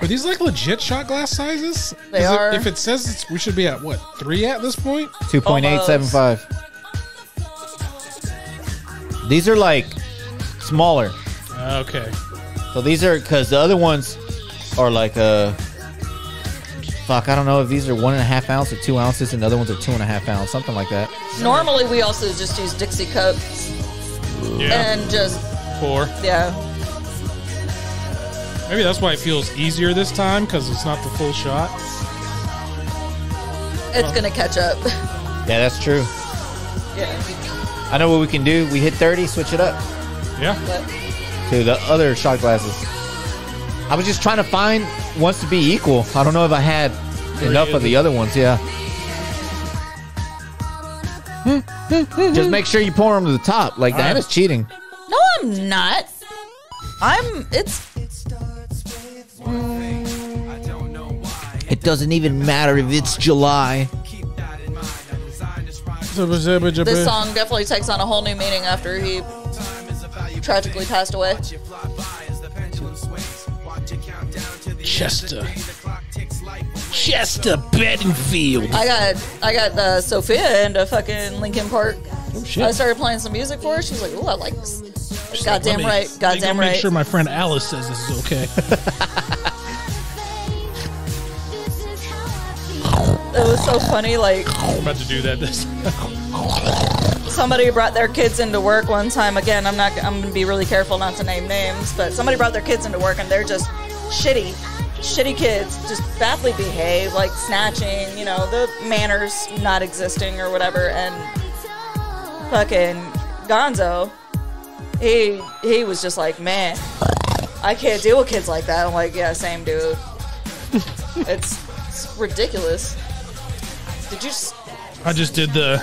Are these like legit shot glass sizes?
They
Is it-
are.
if it says it's, we should be at what three at this point?
Two point eight seven five. These are like smaller.
Okay.
So these are because the other ones are like uh fuck. I don't know if these are one and a half ounce or two ounces, and the other ones are two and a half ounce, something like that.
Normally we also just use Dixie cups
Yeah.
and just
Four.
yeah.
Maybe that's why it feels easier this time because it's not the full shot.
It's gonna catch up.
Yeah, that's true.
yeah.
I know what we can do. We hit thirty, switch it up
Yeah.
But
to the other shot glasses. I was just trying to find ones to be equal. I don't know if I had enough of the other ones. Yeah. Just make sure you pour them to the top. Like that is cheating.
no, I'm not. I'm. It's
It doesn't even matter if it's July.
this song definitely takes on a whole new meaning after he tragically passed away.
Chester. Chester Bedingfield.
I got I got uh, Sophia into fucking Linkin Park.
Oh,
I started playing some music for her. She was like, "Ooh, I like this." Goddamn right. Goddamn
Make
right.
sure my friend Alice says this is okay.
It was so funny. Like
I'm about to do that. This.
somebody brought their kids into work one time. Again, I'm not. I'm gonna be really careful not to name names, but somebody brought their kids into work and they're just shitty, shitty kids, just badly behaved, like snatching. You know, the manners not existing or whatever. And fucking Gonzo, he he was just like, man, I can't deal with kids like that. I'm like, yeah, same dude. it's, it's ridiculous. Did you? s
I just did the.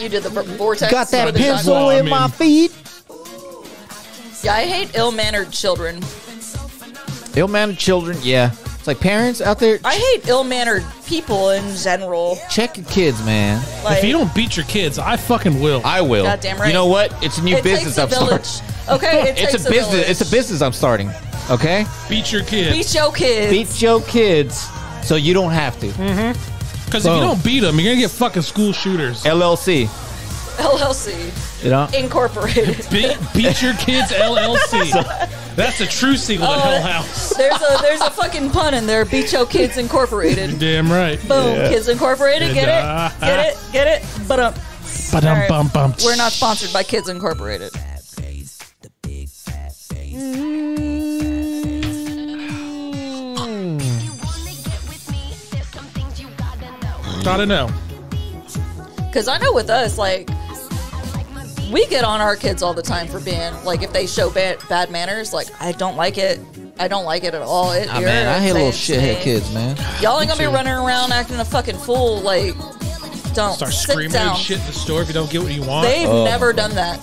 You did the v- vortex.
Got that
with the
pencil
pencil
Gonzo.
I
in my
mean-
feet.
Yeah, I hate ill mannered children.
Ill mannered children, yeah. It's like parents out there.
I hate ill mannered people in general.
Check your kids, man.
Like,
if you don't beat your kids, I fucking will.
I will.
Goddamn right.
You know what? It's a new
it
business
takes a
I'm
village.
starting.
Okay, it
It's
takes
a business.
village.
It's a business I'm starting. Okay.
beat your kids
Beat your kids.
Beat your kids so you don't have to.
Hmm.
because if you
Boom.
don't beat them, you're gonna get fucking school shooters.
LLC.
LLC
You know.
Incorporated.
Beat, beat your kids LLC. That's a true single to
Oh,
Hell House.
there's a there's a fucking pun in there. Beat your kids Incorporated.
Damn right.
Boom, Kids Incorporated. Get it, get it, get it. But um,
Ba-dum, bum, bum.
we're not sponsored by Kids Incorporated.
Gotta know.
Because I know with us, like, we get on our kids all the time for being, like, if they show bad, bad manners, like, I don't like it. I don't like it at all. It
Ah, man, I hate little
irritates
shithead
me.
kids, man.
Y'all ain't gonna be running around acting a fucking fool. Like, don't
Start
sit
screaming
down.
and shit in the store if you don't get what you want.
They've never done that.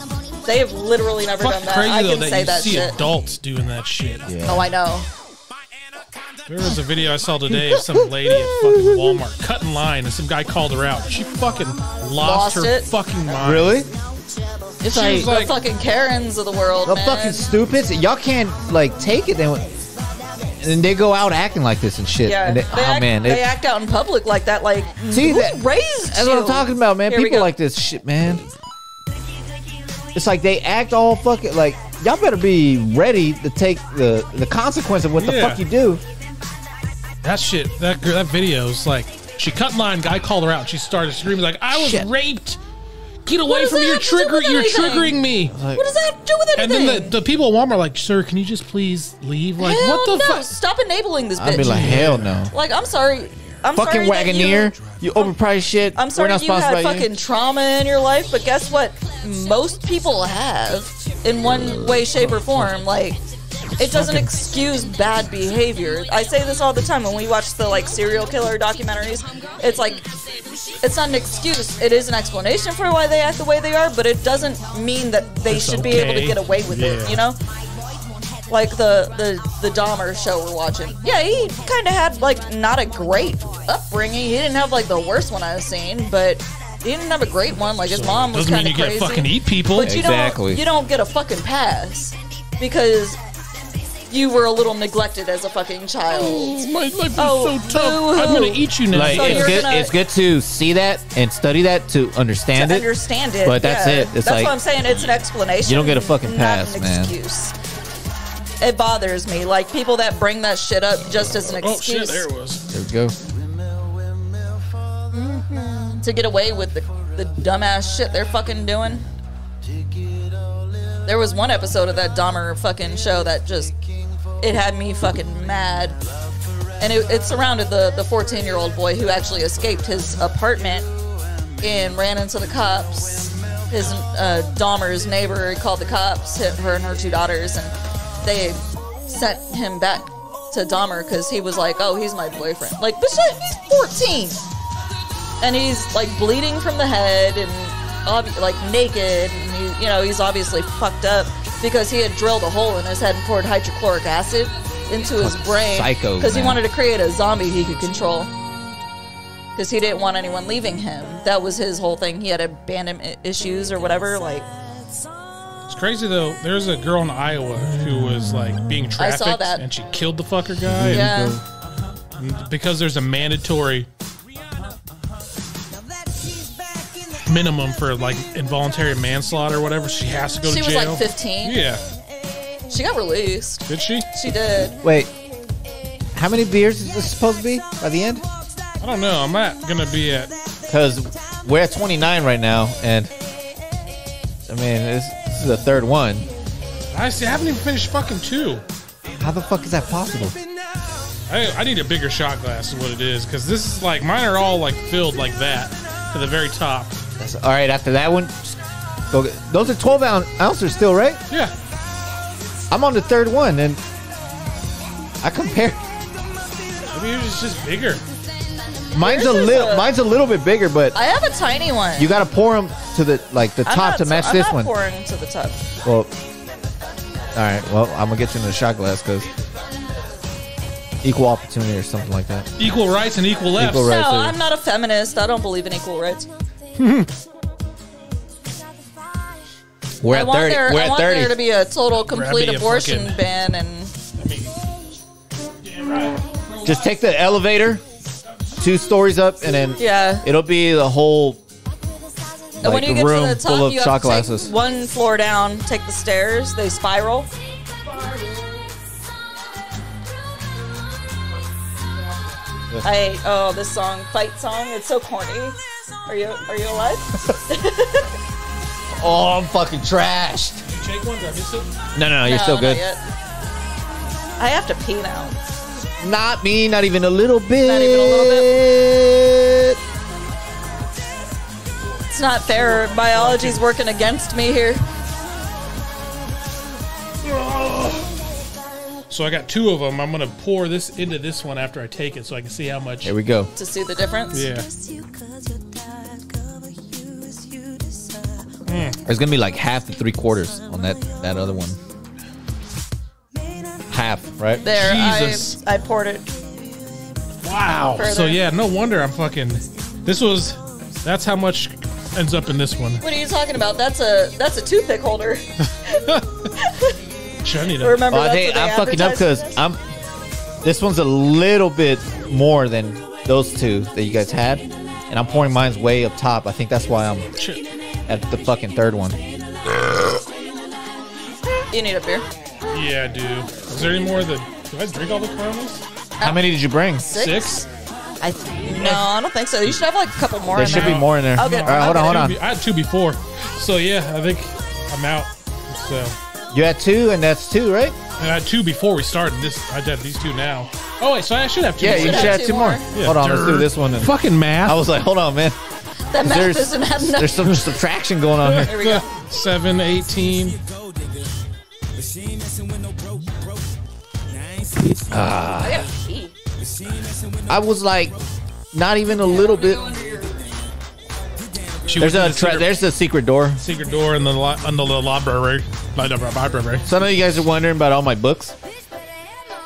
They've literally never
Fucking
done that.
crazy
I
though
can
that
say
you
that
see
shit.
adults doing that shit.
Oh, I know.
There was a video I saw today of some lady at fucking Walmart cut in line, and some guy called her out. She fucking lost,
Lost
her
it?
fucking mind.
Really?
It's
like-
the
like-
fucking Karens of the world.
The
man.
fucking stupids. Y'all can't like take it. Then. And they go out acting like this and shit.
Yeah,
And they-
they
oh
act,
man,
they
it-
act out in public like that. Like,
See,
who
that-
raised
That's what I'm
you?
talking about, man.
Here we
People
go.
like this shit, man. It's like they act all fucking like y'all better be ready to take the the consequence of what the
Yeah.
fuck you do.
That shit, that girl, that video is like, she cut in line, guy called her out, she started screaming like, "I was
Shit.
raped! Get away
does
from
that
your
have to do
trigger!
with
You're
anything?"
triggering me!"
What does that have to do with
And
anything?
then the, the people at Walmart are like, "Sir, can you just please leave?" Like,
Hell
what the
no.
fuck?
Stop enabling this bitch.
I'd be like, hell no.
Like, I'm sorry. I'm
fucking
sorry that you-
Wagoneer. You, overpriced shit.
I'm sorry
We're not
you
sponsored
had
by you.
fucking trauma in your life, but guess what? Most people have in one way, shape, or form. Like, it doesn't excuse bad behavior. I say this all the time when we watch the like serial killer documentaries. It's like, it's not an excuse. It is an explanation for why they act the way they are, but it doesn't mean that they
It's
should be able
okay.
to get away with
Yeah.
it. You know. Like the, the the Dahmer show we're watching. Yeah, he kind of had like not a great upbringing. He didn't have like the worst one I've seen, but he didn't have a great one. Like his mom was
Doesn't mean
kind of
you
crazy.
get to fucking eat people.
But you
Exactly.
don't you don't get a fucking pass because you were a little neglected as a fucking child.
my life is
Oh,
so tough.
boo-hoo.
I'm gonna eat you now.
Like
So
it's
you're
good.
gonna-
it's good to see that and study that to understand
to
it.
understand it.
But that's
yeah.
it. It's
that's
like-
what I'm saying. It's an explanation.
You don't get a fucking
not
pass,
an
man.
Excuse. It bothers me. Like people that bring that shit up just as an
oh shit,
excuse
there it was.
There we go.
to get away with the, the dumbass shit they're fucking doing. There was one episode of that Dahmer fucking show that just it had me fucking mad. And it, it surrounded the the 14 year old boy who actually escaped his apartment and ran into the cops. His uh, Dahmer's neighbor called the cops, hit her and her two daughters, and they sent him back to Dahmer because he was like, "Oh, he's my boyfriend." Like, but shit, he's 14 and he's like bleeding from the head and ob- like naked and he, you know he's obviously fucked up because he had drilled a hole in his head and poured hydrochloric acid into his brain
Psycho,
because he
man.
wanted to create a zombie he could control because he didn't want anyone leaving him that was his whole thing he had abandonment issues or whatever like
It's crazy though. There's a girl in Iowa who was like being
I
trafficked
saw that.
and she killed the fucker guy and-
yeah
because there's a mandatory minimum for like involuntary manslaughter or whatever. She has to go
she
to
was
jail.
like 15
Yeah,
she got released
did she?
she did
Wait. How many beers is this supposed to be by the end?
I don't know. I'm not gonna be at.
Because we're at 29 right now, and I mean, this, this is the third one.
I see. I haven't even finished fucking two.
How the fuck is that possible?
I, I need a bigger shot glass is what it is because this is like mine are all like filled like that to the very top.
That's, all right, after that one, just go get, those are 12 ounce, ounces still, right?
Yeah,
I'm on the third one, and I compare.
maybe it was just bigger.
Mine's a
Yours is
little,
a-
mine's a little bit bigger, but
i have a tiny one
you got to pour them to the like the
I'm
top
not-
to match
I'm
this
not
one.
pouring to the top
Well, all right. Well, I'm gonna get you in the shot glass because equal opportunity or something like that.
Equal rights and equal lefts.
Equal rights.
no
so-
i'm not a feminist i don't believe in equal rights
We're
I
at
want
thirty.
there,
We're
I
at
want
thirty.
there to be a total, complete
Grab me a
abortion
fucking-
ban, and
Just take the elevator, two stories up, and then
yeah.
it'll be the whole
and when
like
you get
room
to the top,
full of
you
shot
have to take
glasses.
one floor down, take the stairs, they spiral. I oh this song fight song it's so corny. Are you are you alive?
Oh, I'm fucking trashed.
Take ones. I missed it.
No, no, no you're
No,
still
not
good.
yet. I have to pee now.
Not, me. Not even a little bit.
even a little
bit.
It's not fair. Biology's working against me here.
So I got two of them. I'm gonna pour this into this one after I take it, so I can see how much.
Here we go.
To see the difference.
Yeah.
There's gonna be like half to three quarters on that that other one. Half, right?
There,
Jesus.
I I poured it.
Wow.
Further.
So yeah, no wonder I'm fucking. This was. That's how much ends up in this one.
What are you talking about? That's a that's a toothpick holder.
Shit, I need a-
Remember
Well, I
that's what
think
they
Oh, I'm fucking up
advertise?
because I'm. This one's a little bit more than those two that you guys had, and I'm pouring mine's way up top. I think that's why I'm
shit.
at the fucking third one.
you need a beer.
Yeah, I do. Is there any more of the? Do I drink all the caramels?
How many did you bring?
Six? I th- no, I don't think so. You should have like a couple more.
There
in
should
there.
be more in there.
Okay.
All right, Uh, hold on, hold on.
I had two before, so yeah, I think I'm out. So
You had two, and that's two, right?
and I had two before we started. This I had these two now. Oh wait, so I should have two.
Yeah,
more.
you should have two more.
Yeah.
Hold on, let's do
Dirt.
this one. then.
Fucking math.
I was like, hold on, man.
That math
There's-
doesn't have nothing.
There's some subtraction going on here.
There we go.
uh, Seven, eighteen.
I got a key.
I was like, not even a little bit.
She
There's
went
a
to the
tra-
secret-
there's a secret door.
secret door in the li- under the library. Li- Library.
So I know you guys are wondering about all my books.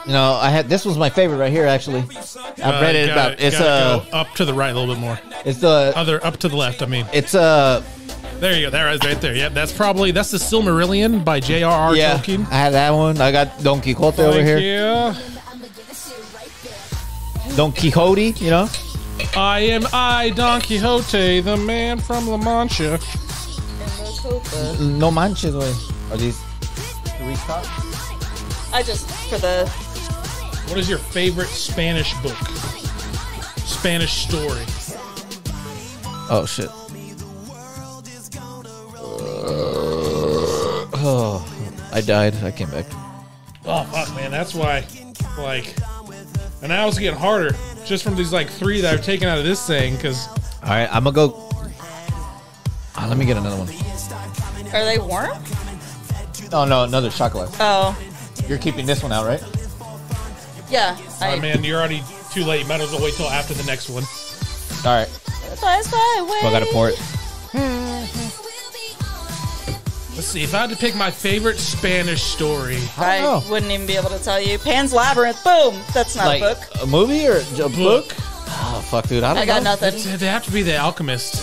You know, I had this was my favorite right here actually. I've read it
Uh,
about.
gotta-
It's
gotta
a
go up to the right a little bit more.
it's a
Other up to the left. I mean,
it's uh, a
there you go. There it is, right there. Yeah, that's probably that's the Silmarillion by J.R.R.
yeah.
Tolkien.
I had that one. I got Don Quixote over
Thank
here.
you.
Don Quixote, you know.
I am I, Don Quixote, the man from La Mancha.
No manches, way. Are these? Do we stop?
I just for the
What is your favorite Spanish book? Spanish story.
Oh shit. Oh, I died. I came back.
Oh fuck, man, that's why. Like, and now it's getting harder just from these like three that I've taken out of this thing because
All right, I'm gonna go. Ah, let me get another one.
are they warm?
Oh no, another chocolate.
Oh
You're keeping this one out, right?
yeah. I,
Oh, man, you're already too late. You might as well wait till after the next one.
All right,
that's my way.
Oh, I gotta pour it.
Let's see. If I had to pick my favorite Spanish story,
I
Oh.
wouldn't even be able to tell you. Pan's Labyrinth. Boom. That's not
Like
a book.
a movie or j- a book?
book,
Oh fuck, dude, I don't
I got
know.
nothing.
it'd have to be The Alchemist.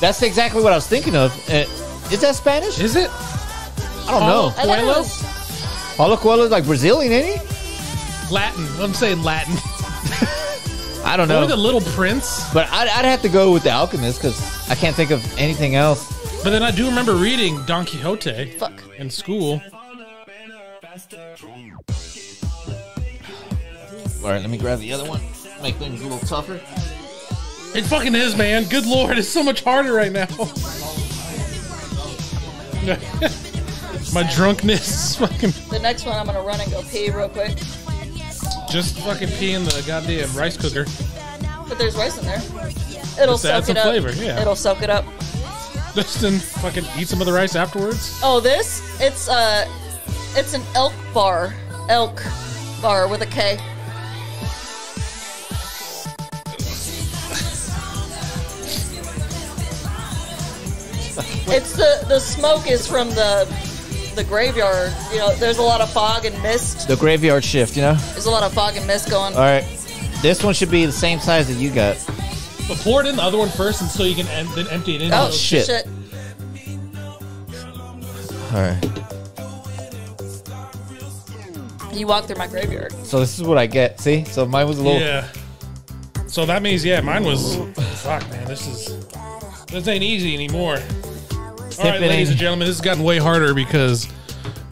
That's exactly what I was thinking of. Uh, is that Spanish?
Is it?
I don't know.
I thought it
Coelho?
was-
Paulo Coelho's like Brazilian, ain't he?
Latin. I'm saying Latin.
I don't
Or The
know.
Little Prince.
But I'd, I'd have to go with The Alchemist because I can't think of anything else.
But then I do remember reading Don Quixote
Fuck.
in school.
All right, let me grab the other one. Make things a little tougher.
It fucking is, man. Good lord, it's so much harder right now. My drunkenness is fucking
The next one I'm gonna run and go pee real quick.
just fucking pee in the goddamn rice cooker.
But there's rice in there. It'll
Just
soak
add
it
some
up.
flavor, yeah.
It'll soak it up.
Justin, fucking eat some of the rice afterwards.
Oh, this? It's uh it's an elk bar. Elk bar with a K. it's the the smoke is from the the graveyard. You know, there's a lot of fog and mist.
The graveyard shift, you know?
There's a lot of fog and mist going.
All right. This one should be the same size that you got.
But pour it in the other one first, and so you can em- then empty it in.
oh
oh, shit.
shit!
All right.
You walk through my graveyard.
So this is what I get. See? So mine was a little.
Yeah. So that means yeah, mine was fuck man, this is this ain't easy anymore. All right,
Tipping.
ladies and gentlemen, this has gotten way harder because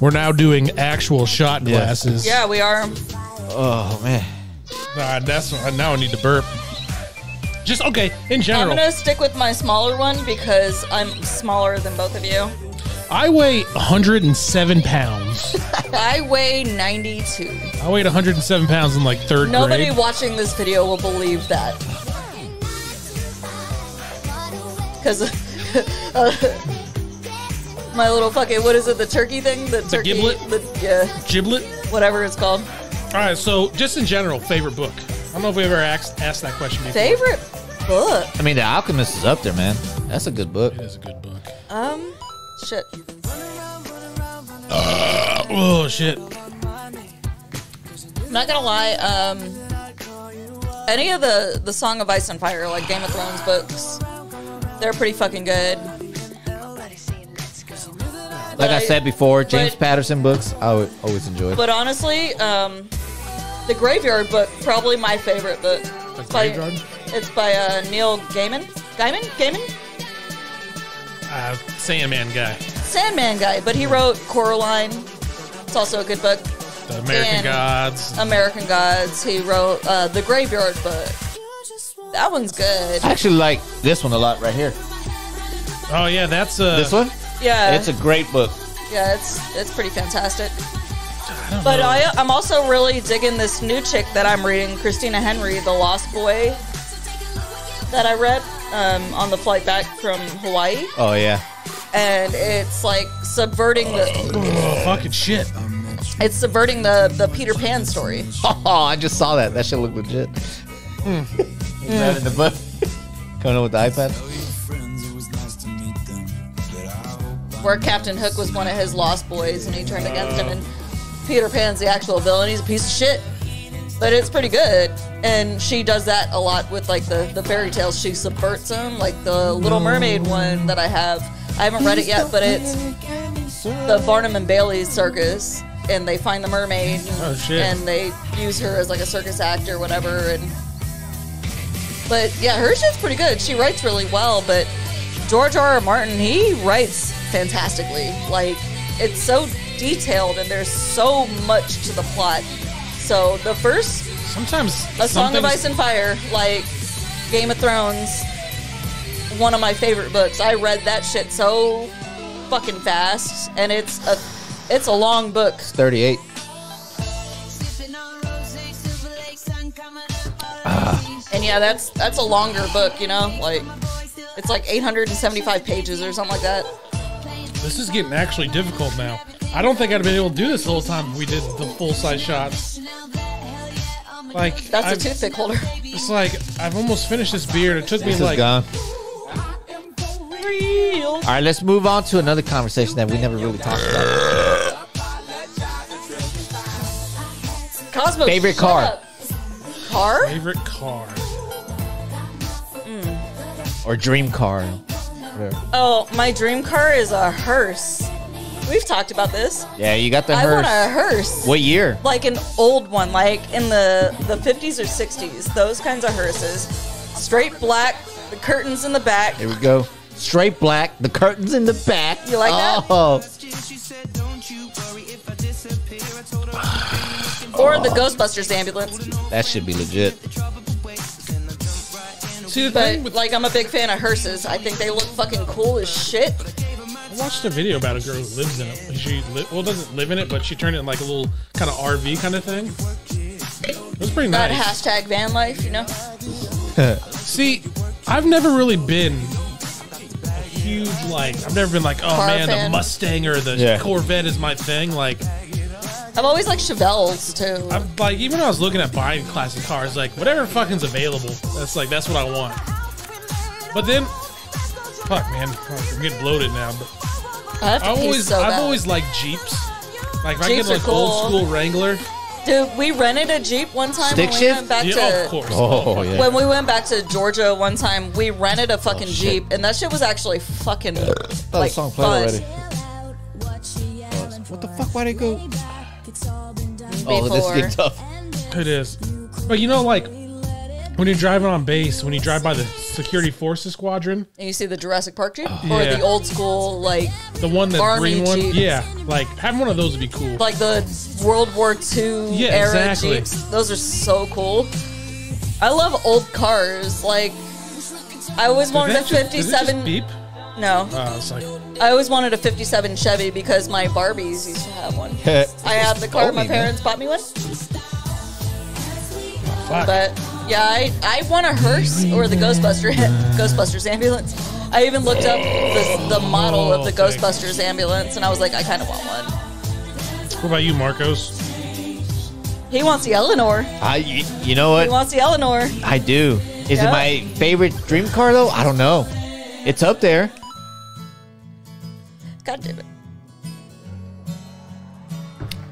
we're now doing actual shot
Yeah.
glasses.
Yeah, we are.
Oh man.
Nah, that's now I need to burp. Just okay, in
I'm
general.
gonna stick with my smaller one because I'm smaller than both of you.
I weigh 107 pounds.
I weigh 92.
I weighed 107 pounds in like third
Nobody
grade.
watching this video will believe that. Because uh, my little fucking what is it? The turkey thing? The turkey?
giblet?
the- yeah,
Giblet.
whatever it's called.
All right, so just in general, favorite book. I don't know if we ever asked, asked that question before.
Favorite book?
I mean, The Alchemist is up there, man. That's a good book.
It is a good book.
Um, shit.
Oh shit.
I'm not gonna lie. Um, any of the the Song of Ice and Fire, like Game of Thrones books, they're pretty fucking good.
Like I,
I-
said before, James
but-
Patterson books I would always enjoy.
But honestly, um, the Graveyard book probably my favorite book. It's by-
Graveyard?
It's by uh, Neil Gaiman. Gaiman? Gaiman?
Uh, Sandman guy,
Sandman guy, but he wrote Coraline. It's also a good book.
the American
And-
Gods.
American Gods. He wrote uh, the Graveyard book. That one's good.
I actually like this one a lot right here.
Oh yeah, that's uh,
This one?
Yeah,
It's a great book.
yeah, it's it's pretty fantastic. But I, I'm also really digging this new chick that I'm reading, Christina Henry, The Lost Boy, that I read um, on the flight back from Hawaii.
Oh yeah.
And it's like subverting the
Oh, fucking shit.
it's subverting the, the Peter Pan story.
Oh, I just saw that. That shit looked legit.
Hmm.
Grabbing the butt. Coming in with the
Oh,
iPad.
Where Captain Hook was one of his lost boys and he turned against him and Peter Pan's the actual villain, he's a piece of shit. But it's pretty good. And she does that a lot with like the, the fairy tales. She subverts them, like the Little Mermaid one that I have. I haven't read it yet, but it's the Barnum and Bailey circus, and they find the mermaid, and,
Oh, shit.
and they use her as like a circus act or whatever. And but yeah, her shit's pretty good. She writes really well, but George R. R. Martin he writes fantastically. Like it's so detailed, and there's so much to the plot. So the first
Sometimes
a Song
something's-
of Ice and Fire, like Game of Thrones, one of my favorite books. I read that shit so fucking fast, and it's a it's a long book.
It's 38.
And yeah, that's that's a longer book, you know? Like it's like 875 pages or something like that.
This is getting actually difficult now. I don't think I'd have been able to do this the whole time if we did the full size shots. Like
That's
I've-
a toothpick holder.
It's like I've almost finished this beer. and It took
This
me like
is gone. All right, let's move on to another conversation that we never really talked about.
Cosmo
Favorite
shut
car.
up. Car?
favorite car.
Or dream car.
Oh, my dream car is a hearse. We've talked about this.
Yeah, you got the
I want a
hearse.
hearse.
What year?
like an old one, like in the the 50s or 60s, those kinds of hearses. Straight black, the curtains in the back.
Here we go. Straight black, the curtains in the back.
You like that?
oh.
Or the Ghostbusters ambulance.
That should be legit.
See the thing
But
with
like I'm a big fan of hearses. I think they look fucking cool as shit.
I watched a video about a girl who lives in it. She li- well doesn't live in it, but she turned it in like a little kind of RV kind of thing. It was pretty
That
nice.
hashtag van life, you know?
See, I've never really been a huge like. I've never been like, oh
Car
man,
fan.
the Mustang or the
Yeah.
Corvette is my thing. Like,
I've always liked Chevelles too.
I'm like even when I was looking at buying classic cars, like whatever fucking's available, that's like that's what I want. But then, fuck man, I'm getting bloated now. But
I have to
I
pee
always,
so
I've
bad.
always liked Jeeps. Like if I
Jeeps
get like
are
old
cool.
school Wrangler,
Dude, we rented a Jeep one time
Stick
when we
shift?
went back
yeah,
to
of course.
Oh, yeah.
When we went back to Georgia one time, we rented a
Oh,
fucking
shit.
Jeep, and that shit was actually fucking.
Thought
like,
the song played
fun.
already. What the fuck? Why they go? Oh, this is
Before.
getting tough.
It is. But you know, like when you're driving on base, when you drive by the security forces squadron,
and you see the Jurassic Park Jeep or
Oh. Yeah.
the old school like
the one that
Army
green one,
Jeep.
yeah, like having one of those would be cool.
like the World War II
Yeah,
era
exactly.
Jeeps. Those are so cool. I love old cars. Like I always
Did
wanted a
that just- did it just
57
beep?
No.
Oh, it's like
I always wanted a 57 Chevy because my Barbies used to have one. I had the car
Oh,
my
man.
parents bought me one.
fuck.
But yeah, I, I want a hearse or the Ghostbuster Ghostbusters ambulance. I even looked up the, the model of the
Oh, thank
Ghostbusters ambulance, and I was like, I kind of want one.
what about you, Marcos?
He wants the Eleanor.
I, you, you know
He
what?
wants the Eleanor.
I do. Is
Yeah.
it my favorite dream car though? I don't know. It's up there.
God damn it.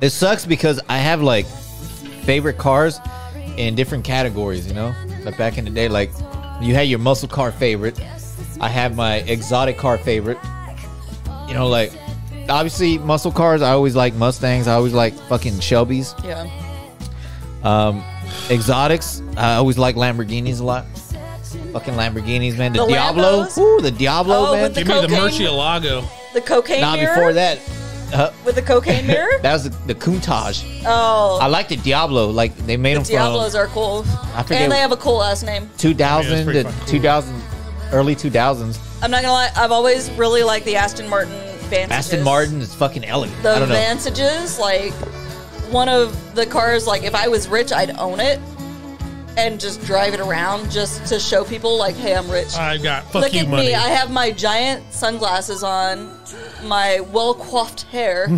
It sucks because I have like favorite cars in different categories, you know? Like back in the day, like you had your muscle car favorite. I have my exotic car favorite. You know, like obviously muscle cars, I always like Mustangs, I always like fucking Shelby's.
Yeah.
Um, Exotics, I always like Lamborghinis a lot. Fucking Lamborghinis, man. The,
The
Diablo.
Lambos?
Ooh, the Diablo,
Oh,
man.
with The
Give me the
cocaine-
Murcielago.
The cocaine
Not
mirror
before that. Uh,
with the cocaine mirror.
that was the, the Countach.
oh,
I like the Diablo. Like they made them from
Diablos are cool,
forget-
and they have a cool last name.
2000
Yeah,
to
it's pretty fun.
2000 early 2000s
I'm not gonna lie. I've always really liked the Aston Martin Vantages.
aston martin is fucking elegant
The
i don't know
Vantages, like one of the cars, like if I was rich, I'd own it and just drive it around just to show people, like, hey, I'm rich.
I've got fuck
Look
you
at
money.
me. I have my giant sunglasses on, my well coiffed hair.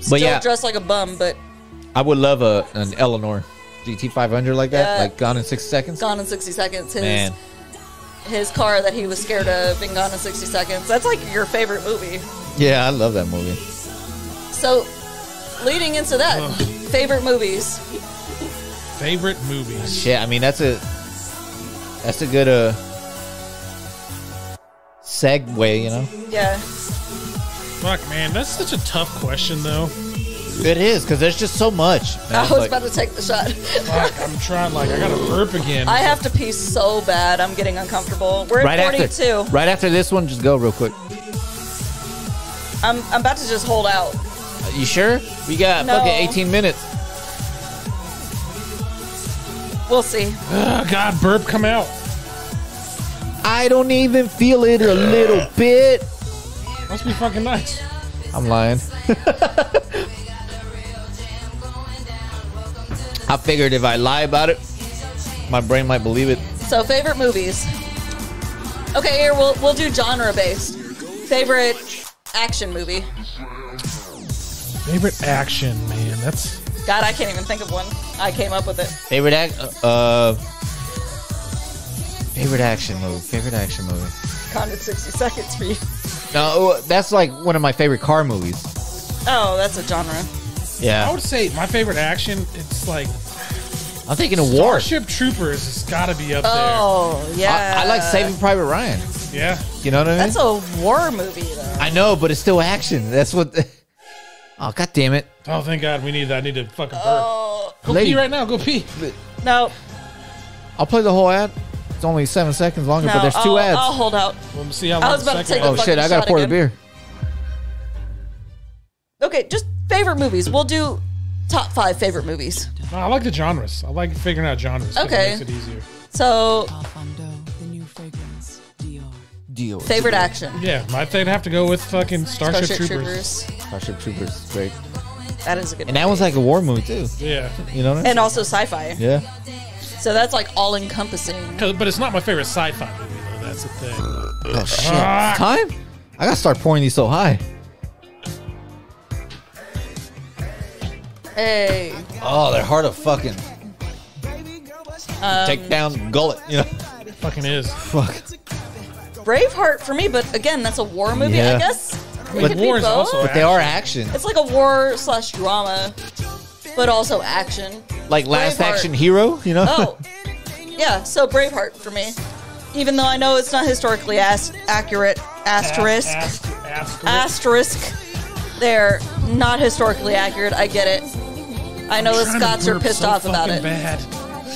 Still
yeah.
dressed like a bum, but
I would love a an Eleanor GT500 like that,
Yeah.
like gone in six seconds.
gone in 60 seconds. His
Man,
his car that he was scared of and gone in 60 seconds. That's like your favorite movie.
yeah, I love that movie.
So, leading into that, favorite movies.
Favorite movies.
Shit, I mean that's a that's a good uh segue, you know.
Yeah.
Fuck, man, that's such a tough question, though.
It is because there's just so much.
I
man.
was
Like,
about to take the shot.
Fuck, I'm trying. Like, I gotta burp again.
I have to pee so bad. I'm getting uncomfortable. We're at
right
42.
after, right after this one, just go real quick.
I'm, I'm about to just hold out.
Uh, You sure? We got
No.
fucking 18 minutes.
We'll see.
Ugh, Oh, God, burp, come out.
I don't even feel it a little bit.
Must be fucking nice.
Uh. I'm lying. I figured if I lie about it, my brain might believe it.
So, favorite movies. Okay, here we'll we'll do genre based. Favorite action movie.
Favorite action, man. That's
God, I can't even think of one. I came up with it.
Favorite act, uh, favorite action movie. Favorite action movie.
Gone in 60 seconds for you.
No, uh, that's like one of my favorite car movies.
Oh, that's a genre.
I
Yeah,
would say my favorite action. It's like
I'm thinking of War.
Starship Troopers has got to be up
Oh, yeah.
I, I like Saving Private Ryan.
there. Yeah,
You know what I mean?
That's a war movie, though.
I know, but it's still action. That's what. oh god damn it!
Oh, thank God, we need that. I need to fucking burp.
Oh,
go
Lady-
pee right now. Go pee.
no.
I'll play the whole ad. It's only seven seconds longer,
No,
but there's 2
I'll,
ads.
I'll hold out.
Let me see how long.
was
the
about to
second
take a
oh
one-
fucking
shit! I gotta
shot
pour the
again.
beer.
Okay, just favorite movies. We'll do top five favorite movies.
No, I like the genres. I like figuring out genres. 'cause
Okay.
it makes it easier.
So,
Alfando, the new fragrance, Dior.
Deal.
favorite action.
Yeah, my, they'd have to go with fucking Starship,
Starship
Troopers.
Troopers.
Starship Troopers, is great.
That is a good.
And that one's like a war movie too.
Yeah,
You know what I mean?
and also sci-fi.
yeah.
So that's like all encompassing.
'Cause- but it's not my favorite sci-fi movie though. That's the thing.
Oh shit!
Ah.
Time? I gotta start pouring these so high.
Hey,
Oh, they're hard to fucking
Um,
take down gullet. You know?
Fucking is.
Fuck.
Braveheart for me, but again, that's a war movie,
Yeah.
I guess. It
But
could be
war is
both.
also-
But they are action.
It's like a war slash drama, but also action.
Like Last
Braveheart.
Action Hero. You know?
Oh, yeah. So Braveheart for me, even though I know it's not historically as- accurate. Asterisk.
Ask, ask,
asterisk. They're not historically accurate. I get it. I know the Scots are pissed off about it.
Bad.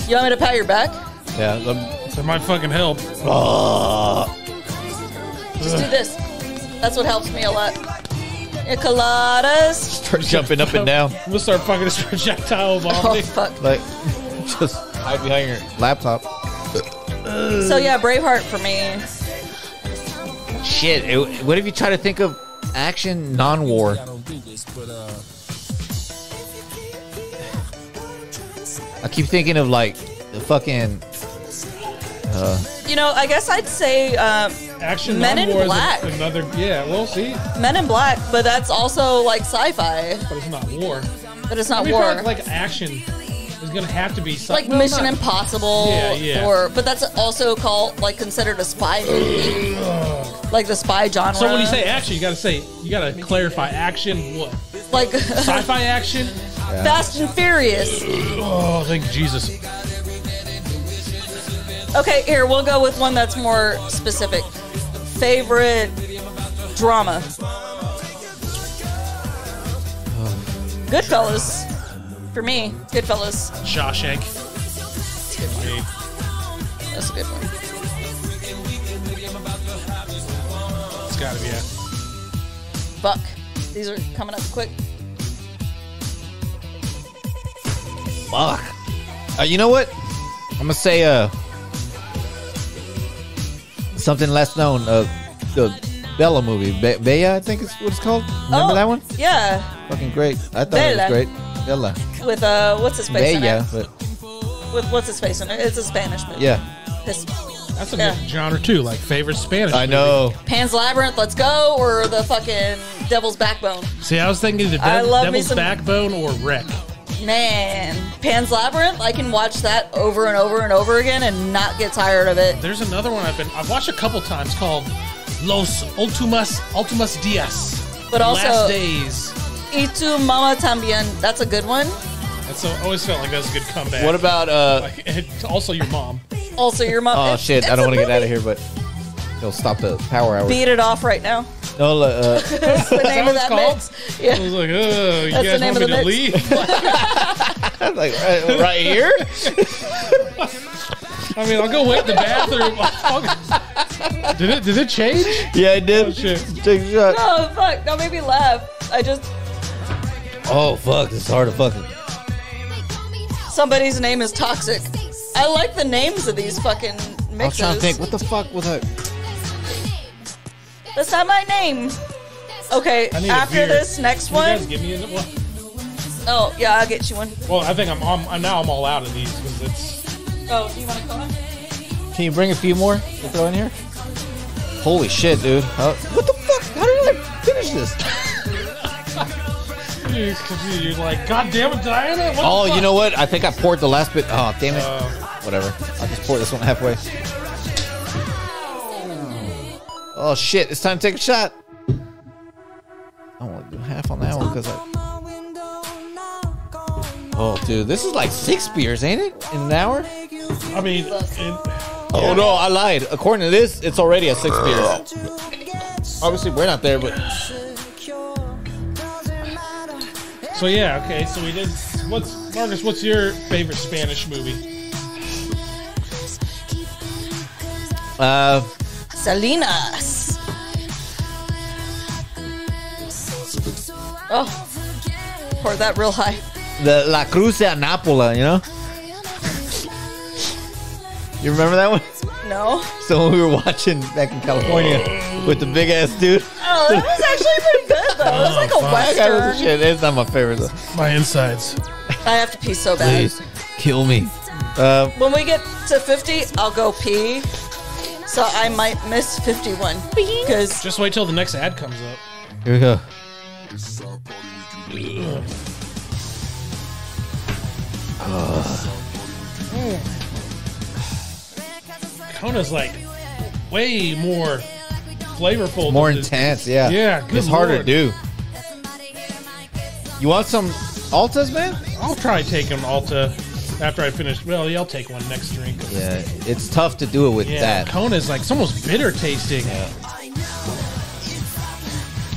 You want me to pat your back?
yeah. the-
That might fucking help.
Oh.
Just do this. That's what helps me a lot. Yeah, Coladas.
Start jumping up and down.
We'll start fucking this projectile
Oh
vomiting.
fuck.
Like, just hide behind your laptop.
So yeah, Braveheart for me.
Shit. it- what if you try to think of action non-war? I keep thinking of like the fucking
You know, I guess I'd say um,
Action
Men in
non-war is a-
Black.
Another. Yeah. Well, see,
Men in Black, but that's also like sci-fi,
but it's not war.
but it's
I
not
mean,
war.
Like, like action is gonna have to be sci-
like
well,
Mission
not-
Impossible,
Yeah, yeah.
or but that's also called like considered a spy movie, like the spy genre.
So when you say action, you gotta say you gotta clarify action. What
like
sci-fi action?
Fast and Furious.
Oh, thank Jesus.
Okay, here we'll go with one that's more specific. Favorite drama. Goodfellas, for me. Goodfellas,
Shawshank.
that's a good one.
It's gotta be it.
Buck. These are coming up quick.
fuck. Uh, you know what? I'm gonna say uh something less known. Uh, the Bella movie. Be- Bea, I think is what it's called. Remember
Oh,
that one?
Yeah,
Fucking great. I thought
Bella.
it was great. Bella.
with uh, what's his face? in
Bella,
it?
but
With what's his face in it? It's a Spanish movie.
yeah.
His-
That's a
Yeah.
good genre too, like favorite Spanish.
I
movie.
know.
Pan's Labyrinth, let's go, or the fucking Devil's Backbone.
See, I was thinking the
I
Dev-
love me
Devil's
some-
Backbone or Wreck.
Man, Pan's Labyrinth, I can watch that over and over and over again and not get tired of it.
There's another one I've been I've watched a couple times called Los Ultimas Ultimas Dias.
But also-
Last Days.
Y tu mama también, that's a good one.
That's a, always felt like that was a good comeback.
What about uh?
Like, and also your mom?
Also, your mom.
Oh
it's-
shit!
it's
I don't
a
want to get
movie.
out of here, but it'll stop the power hour.
Beat it off right now.
No, uh,
That's the name of
what
that
it's called?
mix.
I
Yeah.
was like, oh,
That's
you
the
guys
name
want
of
me
the
to leave?
uh, like right, right here.
I mean, I'll go wait in the bathroom. I'll- did it? Did it change?
Yeah, I did.
shit.
Oh, Take a shot.
Oh fuck! That made me laugh. I just
Oh fuck! It's hard to fucking.
somebody's name is toxic. I like the names of these fucking
I was
mixes.
trying to think. What the fuck was I?
That's not my name. Okay,
I need a
after
beer.
this next
Can you
one.
guys give me a, well,
Oh yeah, I'll get you one.
well, I think I'm, I'm, I'm now I'm all out of these because it's
Oh, do you want to come?
Can you bring a few more to throw in here? Oh. Holy shit, dude! How- what the fuck? How did I finish this?
you're, confused. You're like, God damn it, Diana! What
Oh,
the
you know what? I think I poured the last bit. Oh, damn it!
fuck? Uh,
Whatever. I'll just pour this one halfway. Oh shit! It's time to take a shot. I want to do half on that one because I. Oh, dude, this is like six beers, ain't it? In an hour?
I mean, it,
Oh no, I lied. According to this, it's already a six beers. Obviously, we're not there, but
so yeah, okay. So we did. What's Marcus? What's your favorite Spanish movie?
uh,
Salinas. Oh, poured that real high.
the La Cruz de Anapola, you know. you remember that one?
No.
So we were watching back in California with the big ass dude.
Oh, that was actually pretty good though. It
Oh,
was like a
That guy was the
western.
shit. It's not my favorite though.
My insides.
I have to pee so bad.
Please kill me. Um,
When we get to 50, I'll go pee. So I might miss 51 because
Just wait till the next ad comes up.
here we go.
Kona's like way more flavorful,
More
than the-
intense, yeah.
Yeah, good
it's harder
lord.
to do. You want some altas, man?
I'll try taking Alta after I finish. Well, yeah, I'll take one next drink.
Yeah, it's tough to do it with
Yeah,
that.
Kona's like it's almost bitter tasting.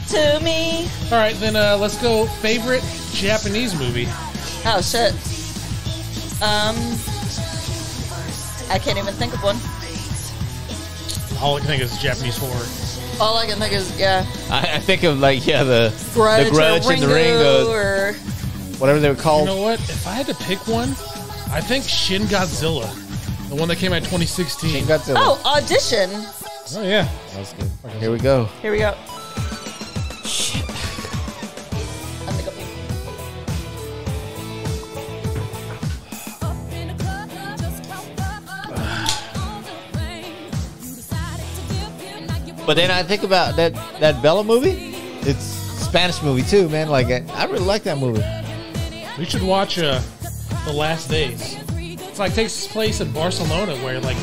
to me.
All right, then uh, let's go favorite Japanese movie.
Oh shit. Um, I can't even think of one.
All I can think is Japanese horror.
All I can think is yeah,
I, I think of like yeah the
grudge,
the grudge
or
and
Ringo,
the Ringo,
or
whatever they were
You
called.
know what? If I had to pick one, I think Shin Godzilla, the one that came out in 2016.
Godzilla.
oh audition.
Oh yeah,
That's good. Here we go.
Here we go. Shit. I'm gonna go pee.
But then I think about that that Bella movie. It's Spanish movie too, man. Like I, I really like that movie.
we should watch uh, The Last Days. It's like takes place in Barcelona, where like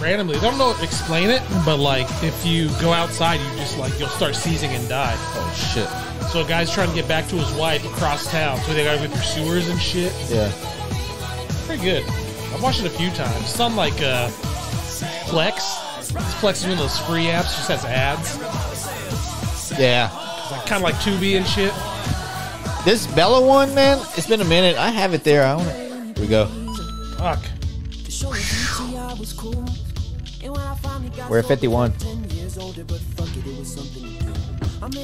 randomly, I don't know, explain it, but like if you go outside, you just like you'll start seizing and die.
Oh shit.
So a guy's trying to get back to his wife across town, so they gotta go through sewers and shit.
Yeah.
Pretty good. I've watched it a few times. It's on like uh, Plex. Plex is one of those free apps, just has ads.
Yeah.
It's like kind of like Tubi and shit.
This Bella one, man. It's been a minute. I have it there. I want it. Here we go.
Fuck.
We're at 51.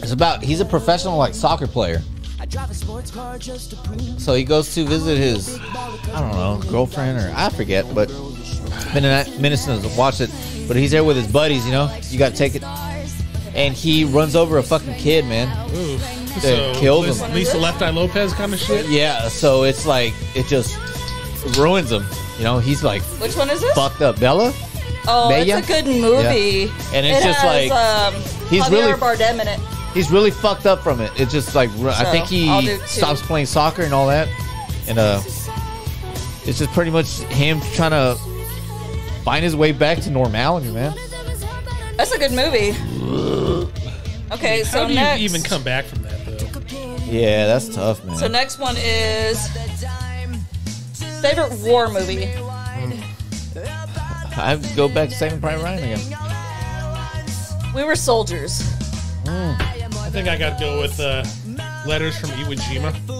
It's about he's a professional like soccer player. So he goes to visit his I don't know girlfriend or I forget, but it's been a minute since I watched it. But he's there with his buddies, you know. You got to take it and he runs over a fucking kid, man.
Ooh.
They killed
Lisa,
him.
Lisa Left Eye Lopez kind of shit.
Yeah, so it's like it just ruins him. You know, he's like
Which one is this?
fucked up. Bella,
Oh,
Maya?
it's a good movie.
Yeah. And it's
it
just
has,
like,
um,
he's
Javier
really-
Bardem in it.
he's really fucked up from it. It's just like ru- I
So,
think
I'll
he
do two.
stops playing soccer and all that, and uh, it's just pretty much him trying to find his way back to normality, man.
That's a good movie. Okay, so
How do
next,
you even come back from that though?
Yeah, that's tough, man.
So next one is favorite war movie.
I go back to Saving Private Ryan again.
We were soldiers.
I think I got to go with uh, Letters from Iwo Jima.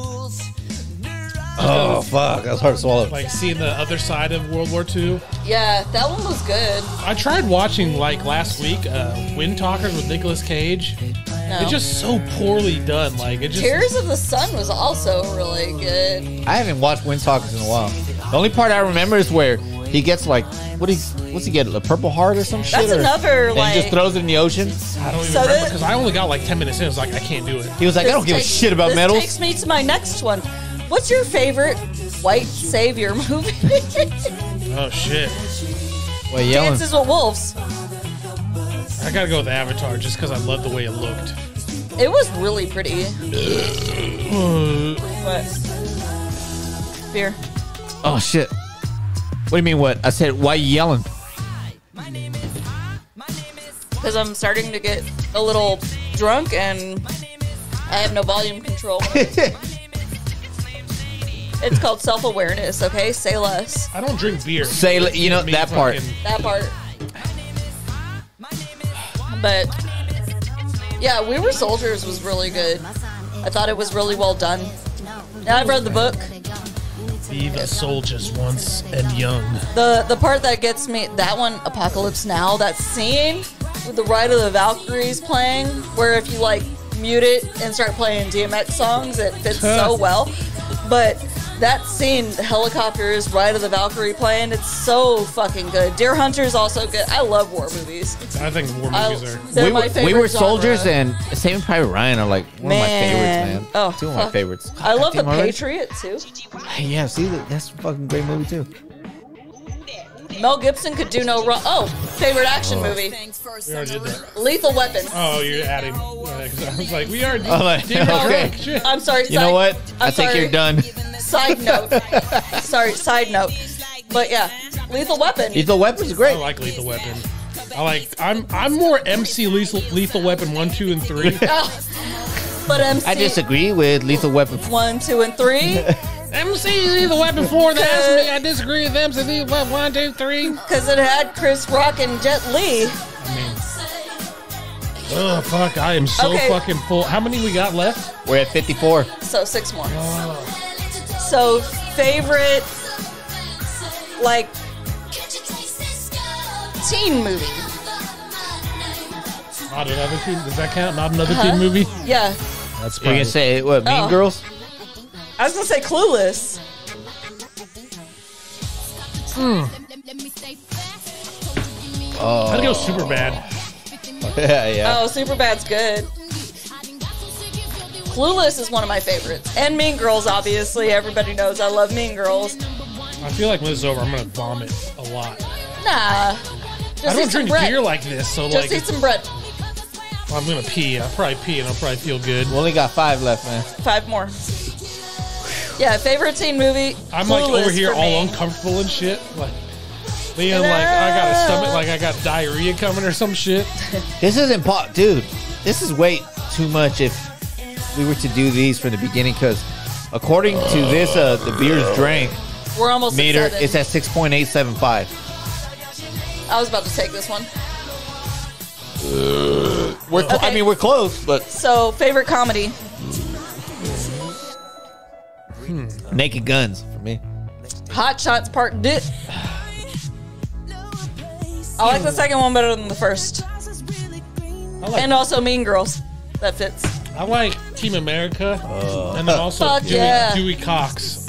Oh fuck, that's hard to swallow.
Like seeing the other side of World War II.
Yeah, that one was good.
I tried watching like last week, uh, Wind Talkers with Nicolas Cage.
No.
It's just so poorly done. Like it just
Tears of the Sun was also really good.
I haven't watched Wind Talkers in a while. The only part I remember is where he gets like, what do he, what's he get? A Purple Heart or some shit?
That's
or-
another,
and
like-
he just throws it in the ocean.
I don't even
So
remember
that-
because I only got like ten minutes in. I was like, I can't do it.
He was like, I don't give a
takes-
shit about
this
medals.
Takes me to my next one. What's your favorite white savior movie?
Oh shit!
Wait, yelling.
Dances with Wolves.
I gotta go with Avatar just because I love the way it looked.
It was really pretty.
Uh,
What? Beer.
Oh shit. What do you mean? What I said? Why you yelling?
Because I'm starting to get a little drunk and I have no volume control. it's called self awareness, okay? Say less.
I don't drink beer.
Say, li- you know
Me
that part.
fucking-
That part. But yeah, We Were Soldiers was really good. I thought it was really well done. Now I've read the book.
Be the soldiers once and young.
The the part that gets me that one, Apocalypse Now, that scene with the Ride of the Valkyries playing, where if you like mute it and start playing DMX songs, it fits so well. But that scene, the helicopters, Ride of the Valkyrie playing, it's so fucking good. Deer Hunter's also good. I love war movies.
I think war
I,
movies are.
they're
we,
my
were,
favorite
we were soldiers,
genre.
and Saving Private Ryan are like one
Man.
of my favorites, man.
Oh,
Two of my
fuck.
favorites.
I love the
Goddamn already.
Patriot too.
Yeah, see, that- that's a fucking great movie too.
Mel Gibson could do no wrong. Oh, favorite action movie,
We already did that.
Lethal Weapon.
Oh, you're adding. yeah, 'cause I was like, we already
I'm Oh, like,
did all
okay.
that shit.
I'm sorry.
You know
side-
what?
I'm
I think
sorry.
you're done.
Side note. sorry, side note. But yeah, Lethal Weapon.
Lethal Weapon's
I
great.
like Lethal Weapon. I like. I'm. I'm more MC Lethal, Lethal Weapon one, two, and three.
Oh. but MC
I disagree with Lethal Weapon.
one, two, and three
MC Lethal Weapon four. That asked me. I disagree with MC Lethal Weapon one, two, three.
because it had Chris Rock and Jet Li.
I mean, oh fuck! I am so
Okay.
fucking full. How many we got left?
We're at 54.
So six more.
Oh.
So favorite like teen movie.
Not another teen. Does that count? Not another
Huh?
teen movie.
Yeah.
That's
You're gonna say what? Mean
Oh.
Girls?
I was gonna say Clueless.
Oh,
I'd go super bad.
yeah, yeah.
Oh, Superbad's good. Clueless is one of my favorites, and Mean Girls. Obviously, everybody knows I love Mean Girls.
I feel like when this is over, I'm gonna vomit a lot.
Nah, just
I
eat
don't
some
drink
bread.
beer like this, so
just
like
eat some bread.
I'm gonna pee. I'll probably pee and I'll probably feel good.
We only got five left, man.
Five more. Yeah, favorite teen movie.
I'm like
Clueless
over here
for
all
me.
uncomfortable and shit. Like Leon, like I got a stomach, like I got diarrhea coming or some shit.
This isn't pop, dude. This is way too much if we were to do these from the beginning, because according to this, uh, the beer's drink
We're almost at
meter
seven.
is at 6.875.
I was about to take this one.
We're, cl- I
Okay.
mean, we're close, but
So, favorite comedy.
Naked Guns for me.
Hot Shots Part D. I like the second one better than the first,
I like,
and also Mean Girls. That fits.
I like Team America, and then also
Fuck
Dewey,
yeah.
Dewey Cox.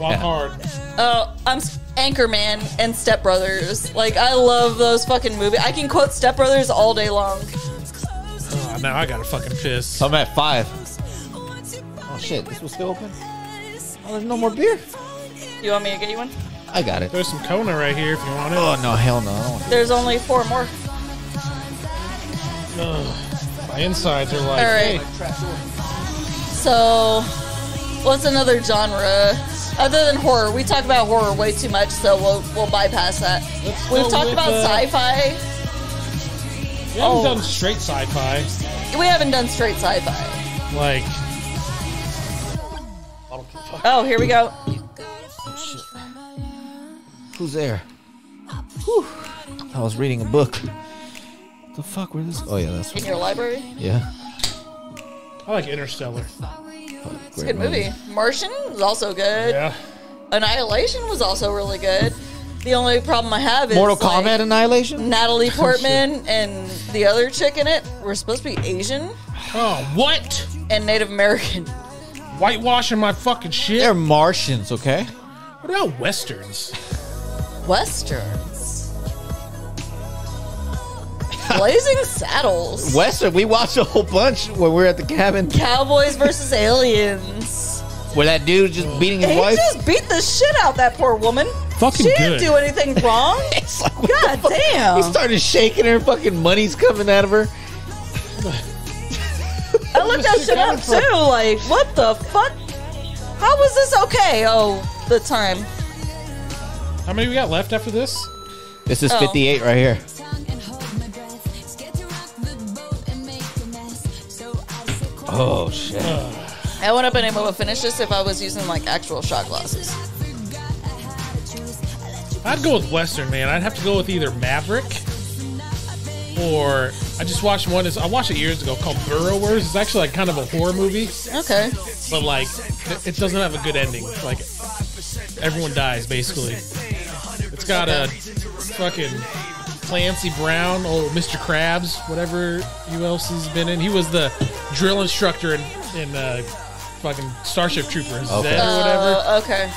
Walk
Yeah.
hard.
Oh, I'm s- Anchorman and Step Brothers. Like I love those fucking movies. I can quote Step Brothers all day long.
Oh, now I gotta fucking piss.
I'm at five. Oh shit, this was still open? Oh, there's no more beer?
You want me to get you one?
I got it.
There's some Kona right here if you want it.
Oh no, hell no. I don't want to-
There's only four more.
Ugh. My insides are like,
All right.
hey,
So, what's another genre other than horror? We talk about horror way too much, so we'll we'll bypass that.
Let's
We've
go
talked
with,
about
uh,
sci-fi.
we haven't
Oh.
done straight sci-fi.
We haven't done straight sci-fi.
Like,
Oh, here we go.
Who's there? Whew. I was reading a book. The fuck, where this? Oh yeah, that's
In your library,
yeah.
I like Interstellar.
it's a good movie. Martian is also good.
Yeah.
Annihilation was also really good. The only problem I have is
Mortal
like,
Kombat Oh, Annihilation.
Natalie Portman and the other chick in it were supposed to be Asian
Oh, what?
and Native American.
Whitewashing my fucking shit.
They're Martians, okay?
What about westerns?
Westerns. Blazing Saddles.
Western. We watched a whole bunch when we were at the cabin,
Cowboys versus aliens.
where that dude just beating his
He
wife.
just beat the shit out that poor woman.
Fucking
she
good.
didn't do anything wrong.
It's like, what
God
the fuck? He
damn.
started shaking her. Fucking money's coming out of her.
I looked that shit up too. Like, what the fuck? How was this okay? Oh, the time.
How many we got left after this?
This is
Oh.
58 right here. Oh shit.
I wouldn't have been able to finish this if I was using like actual shot glasses.
I'd go with Western, man. I'd have to go with either Maverick or I just watched one. Is I watched it years ago called Burrowers. It's actually like kind of a horror movie,
Okay.
but like it- it doesn't have a good ending. Like everyone dies basically. It's got a fucking Clancy Brown or Mr. Krabs, whatever you else has been in. He was the drill instructor in, in uh, fucking Starship Troopers,
Okay.
that or whatever.
Uh, okay.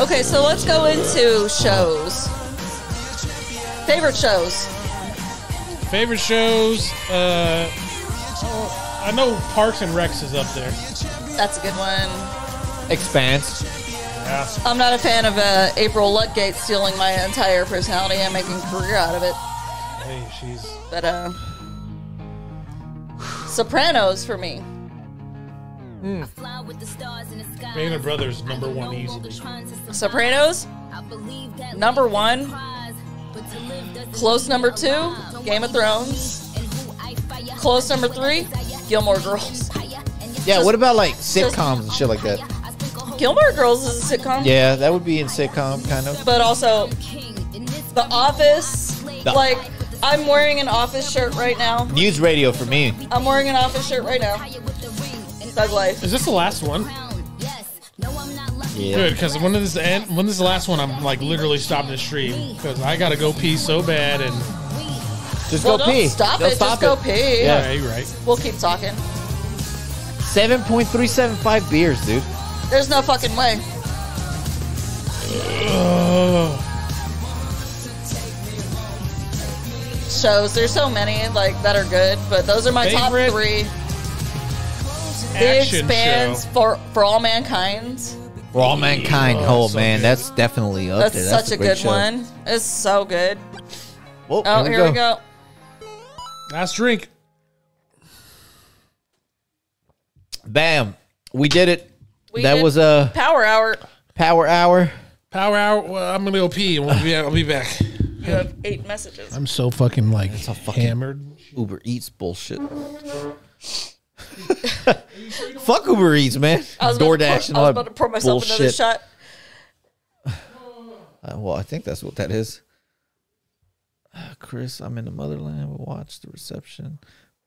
Okay, so let's go into shows. Favorite shows.
Favorite shows? Uh, oh, I know Parks and Recs is up there.
That's a good one.
Expanse.
I'm not a fan of uh, April Ludgate stealing my entire personality and making a career out of it,
Hey, she's
but uh, Sopranos for me.
Band of Brothers number one easily.
Sopranos, number one. Close number two, Game of Thrones. Close number three, Gilmore Girls.
Yeah. What about like sitcoms and shit like that?
Gilmore Girls is a sitcom.
Yeah, that would be in sitcom kind of.
but also The Office.
The-
like, I'm wearing an office shirt right now.
News radio for me.
I'm wearing an office shirt right now. Thug life.
Is this the last one?
Yeah.
Good, because when this end, when this is the last one, I'm like literally stopping the stream because I gotta go pee so bad. And
Just
Well,
go
don't
pee.
stop
Don't
it. Just go pee.
yeah,
Yeah.
you're right.
We'll keep talking.
7.375 beers, dude.
There's no fucking way.
Oh,
Shows. There's so many like that are good, but those are my
Favorite
top three. The
action
Expanse
show.
for for all mankind.
For all mankind.
Oh,
Oh,
so
man,
good.
that's definitely up
That's
there.
such a,
great
good
show.
one. It's so good.
Whoa,
Oh, here, we go.
Last drink.
Bam, we did it.
We
that
did
was uh, a
Power Hour.
power hour.
Power hour. Well, I'm gonna go pee and we'll be, I'll be back.
You have eight messages.
I'm so fucking like
a fucking-
hammered.
Uber Eats bullshit. Fuck Uber Eats, man.
I was about to pour-
DoorDash and
I
all
was
that
about to pour myself
bullshit.
another shot.
Uh, well, I think that's what that is. Uh, Chris, I'm in the motherland. We'll watch the reception.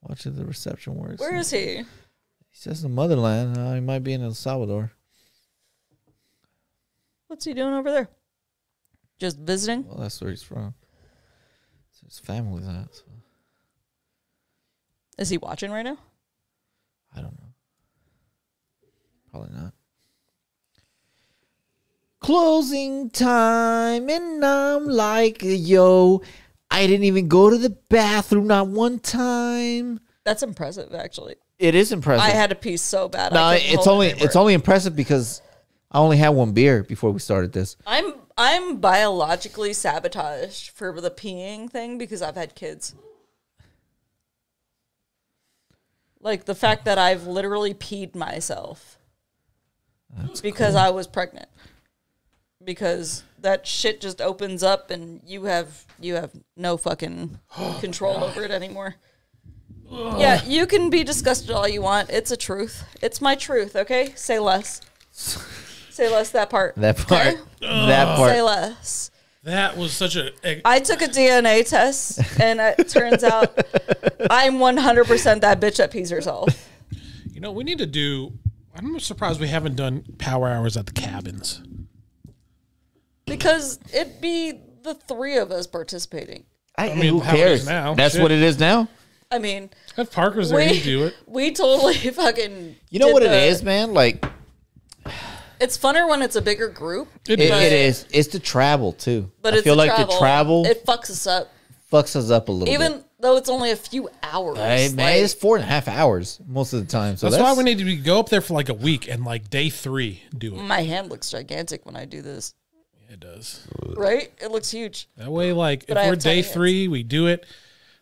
Watch if the reception works.
Where is he?
He says the motherland. Uh, he might be in El Salvador.
What's he doing over there? Just visiting?
Well, that's where he's from. So his family's at. So
Is he watching right now?
I don't know. Probably not. Closing time, and I'm like, yo, I didn't even go to the bathroom not one time.
That's impressive, actually.
It is impressive.
I had a piece so bad.
no,
I couldn't
it's
hold
only
it anymore.
it's only impressive because I only had one beer before we started this.
I'm I'm biologically sabotaged for the peeing thing because I've had kids. Like the fact that I've literally peed myself because I was pregnant. Because that shit just opens up and you have you have no fucking control over it anymore. Yeah, you can be disgusted all you want. It's a truth. It's my truth, okay? Say less. Say less that part.
That part,
okay?
that part.
Say less.
That was such a.
I took a DNA test, and it turns out I'm 100% that bitch that pees herself.
You know, we need to do. I'm surprised we haven't done power hours at the cabins.
Because it'd be the three of us participating.
I,
mean,
who
how it
cares?
is now,
That's
shit.
what it is now.
I mean,
If Parker's there,
we,
he'd do it.
we totally fucking.
You know
did
what
the-
it is, man. Like
It's funner when it's a bigger group,
it,
does.
it is. It's the travel too.
but
I
it's
feel
the
like
travel.
the travel
It fucks us up,
fucks us up a little.
even
bit.
though it's only a few hours.
Hey, man,
like-
it's four and a half hours most of the time. So
That's,
that's,
why we need to be, go up there for like a week and like day three do it.
my hand looks gigantic when I do this,
It does.
right? It looks huge.
That way, like if
I have
we're
tiny
day
hands.
three, we do it.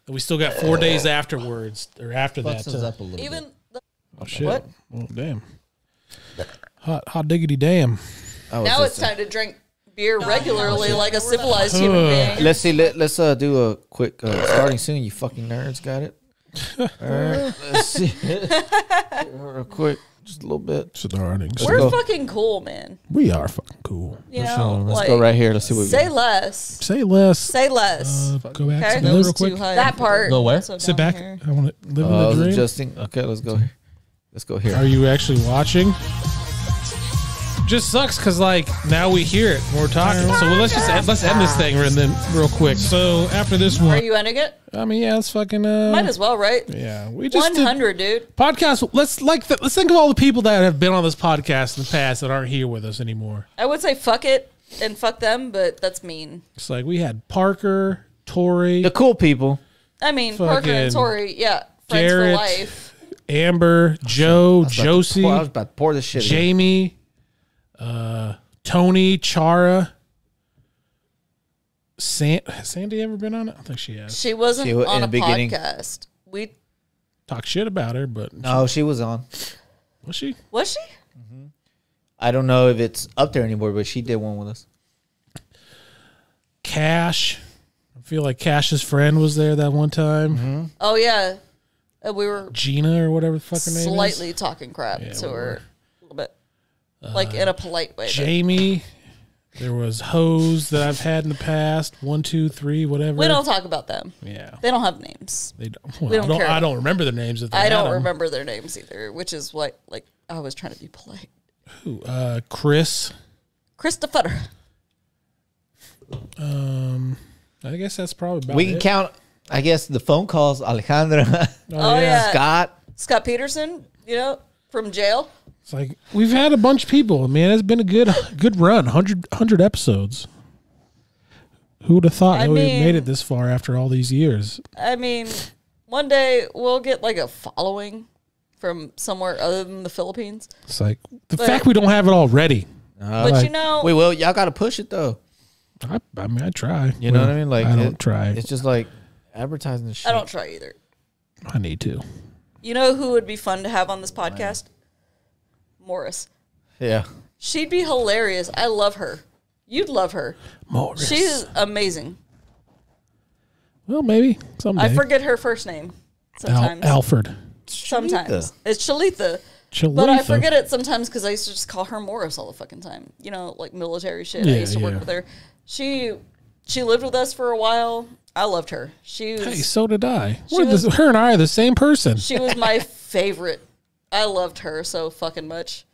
But we still got four days afterwards or after that.
fucks us
to-
up a little. bit.
Even the,
Oh, shit.
What?
Well, damn. Hot, hot diggity damn.
I
now
was Oh, just
it's
saying.
time to drink beer regularly, like a civilized human being.
Let's see. Let, let's uh, do a quick uh, starting soon. You fucking nerds, got it. All right, let's see. Real quick, just a little bit.
Starting.
We're
go.
fucking cool, man.
We are fucking cool.
You
Let's,
know,
uh, let's
like,
go right here. Let's see what we
Say
got.
less.
Say less.
Say less.
Uh, go back
okay,
to that real quick.
that part.
Go where? Oh,
So
Sit
down
back.
here.
I want to live
Uh, I
in
was
the dream.
adjusting. Okay, let's go. here. Let's go
Are
here.
you actually watching? Just sucks because like now we hear it when we're talking. So well, let's just end, let's end this thing and then real quick. So after this
Are
one,
you ending it?
I mean, yeah, it's fucking. Uh,
Might as well, right?
yeah, we just
One
did
hundred, dude.
podcast. Let's like th- let's think of all the people that have been on this podcast in the past that aren't here with us anymore.
I would say fuck it and fuck them, but that's mean.
It's like we had Parker, Tori,
The cool people.
I mean, Parker
Fucking
and Tori, yeah, friends
Garrett,
for life.
Amber, Joe,
I was about to
Josie,
pour- I was about to pour this shit. in.
Jamie, uh, Tony, Chara. San- has Sandy ever been on it? I don't think she has.
She wasn't
She wa- in
on
the
a
beginning.
podcast. We
Talk shit about her, but
No, she was on.
was she?
was she?
I don't know if it's up there anymore, but she did one with us.
Cash. I feel like Cash's friend was there that one time.
Mm-hmm.
Oh yeah, Uh, we were
Gina or whatever the fuck her name is.
slightly talking crap to
we
her a little bit, like in a polite way. though.
Jamie. There was hoes that I've had in the past. One, two, three, whatever.
We don't talk about them.
Yeah.
They don't have names.
They don't, well,
we don't
I, don't
care.
I don't remember their names. If they
I
had
don't
'em.
remember their names either, which is what like I was trying to be polite.
Who? Uh, Chris.
Christopher.
I guess that's probably about
We can
it.
count, I guess, the phone calls. Alejandra,
Oh, yeah.
Scott.
Scott Peterson, you know, from jail.
It's like we've had a bunch of people. Man, it's been a good good run. 100, 100 episodes. Who would have thought
I
that we made
mean-
it this far after all these years?
I mean, one day we'll get like a following from somewhere other than the Philippines.
It's like the
But-
fact we don't have it already.
but
like-
you know,
We will. Y'all got to push it though.
I, I mean, I try.
You know what I mean? Like
I don't
it-
try.
It's just like advertising the shit.
I don't try either.
I need to.
You know who would be fun to have on this podcast? Morris.
Yeah.
She'd be hilarious. I love her. You'd love her.
Morris.
She's amazing.
well, maybe someday.
I forget her first name
Al-
sometimes.
Alfred.
sometimes. It's Shalitha. But I forget it sometimes because I used to just call her Morris all the fucking time. You know, like military shit.
Yeah,
I used to
yeah.
work with her. She she lived with us for a while. I loved her. She was
Hey, so did I. We're
was-
the, her and I are the same person.
she was my favorite. I loved her so fucking much.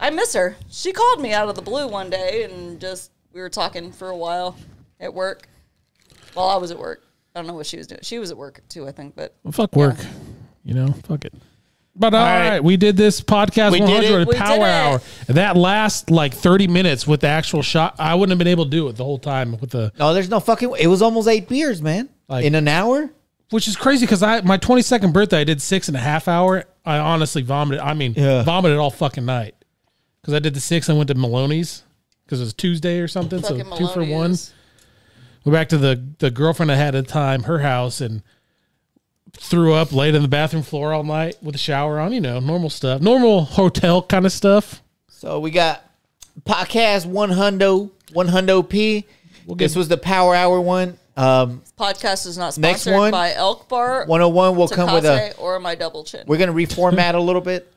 I miss her. She called me out of the blue one day and just we were talking for a while at work. While I was at work. I don't know what she was doing. She was at work too, I think, but
Well, fuck work. You know, fuck it. But all
All right.
right. we did this podcast
We did
100
it.
We did
Power
it.
Hour. That last like 30 minutes with the actual shot, I wouldn't have been able to do it the whole time with the,
No, Oh, there's no fucking. It was almost eight beers, man.
Like-
in an hour.
which is crazy because I my 22nd birthday I did six and a half hour. I honestly vomited. I mean,
Yeah.
vomited all fucking night because I did the six. I went to Maloney's because it was Tuesday or something. So
Fucking
two for one.
Maloney's.
Went back to the the girlfriend I had at the time, her house, and threw up, laid on the bathroom floor all night with a shower on. You know, normal stuff, normal hotel kind of stuff.
So we got podcast one hundo one hundo p.
get-
this was the power hour one. Um,
Podcast is not
Next
sponsored
one,
by Elk Bar,
one hundred one will come with a.
Tecate, or my double chin.
We're gonna reformat a little bit,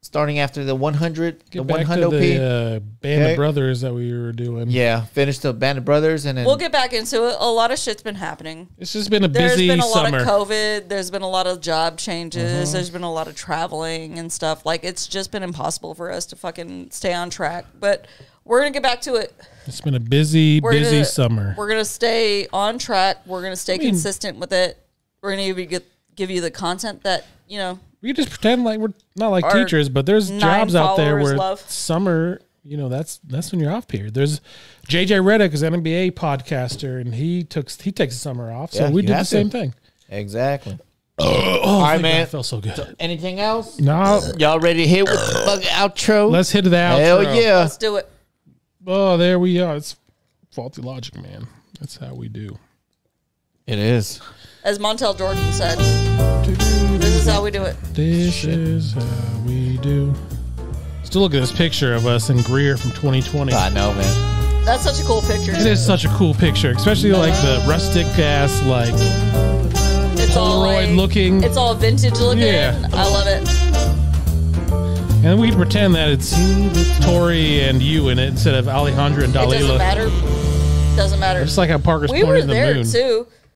starting after the one hundred, the
Get
one
back to
hundo p.
the uh, band
Okay.
of brothers that we were doing.
yeah, finish the band of brothers, and then
We'll get back into it. A lot of shit's been happening.
it's just been a
There's
busy
been a lot
summer. Uh-huh.
of COVID. There's been a lot of job changes. There's been a lot of traveling and stuff. Like it's just been impossible for us to fucking stay on track. But we're gonna get back to it.
It's been a busy,
We're
busy
gonna,
summer.
We're gonna stay on track. We're gonna stay
mean-
consistent with it. We're gonna give you, get, give you the content that you know.
we just pretend like we're not like
Our
teachers, but there's
nine
jobs out there
followers
where
love.
summer, you know, that's that's when you're off period. There's JJ Reddick is an NBA podcaster, and he took he takes the summer off, so
Yeah,
we did
you
the
have to.
same thing.
exactly.
Oh,
right,
thank God,
man.
I felt so good.
Anything else?
now
Y'all ready to hit with the fuck outro?
let's hit the outro.
Hell yeah!
Let's do it.
Oh, there we are. It's faulty logic, man. That's how we do.
It is.
As Montel Jordan said, this is how we do it.
This is how we do. Still look at this picture of us in Greer from 2020.
I know, man.
That's such a cool picture.
It is such a cool picture, especially like the rustic ass, like
It's all
Polaroid looking.
It's all vintage looking.
Yeah.
I love it.
And we pretend that it's Tori and you in it instead of Alejandra and
It doesn't
Dalila.
matter. Doesn't matter.
Just like how Parker's
we
pointing
were
to the
there
moon.
too.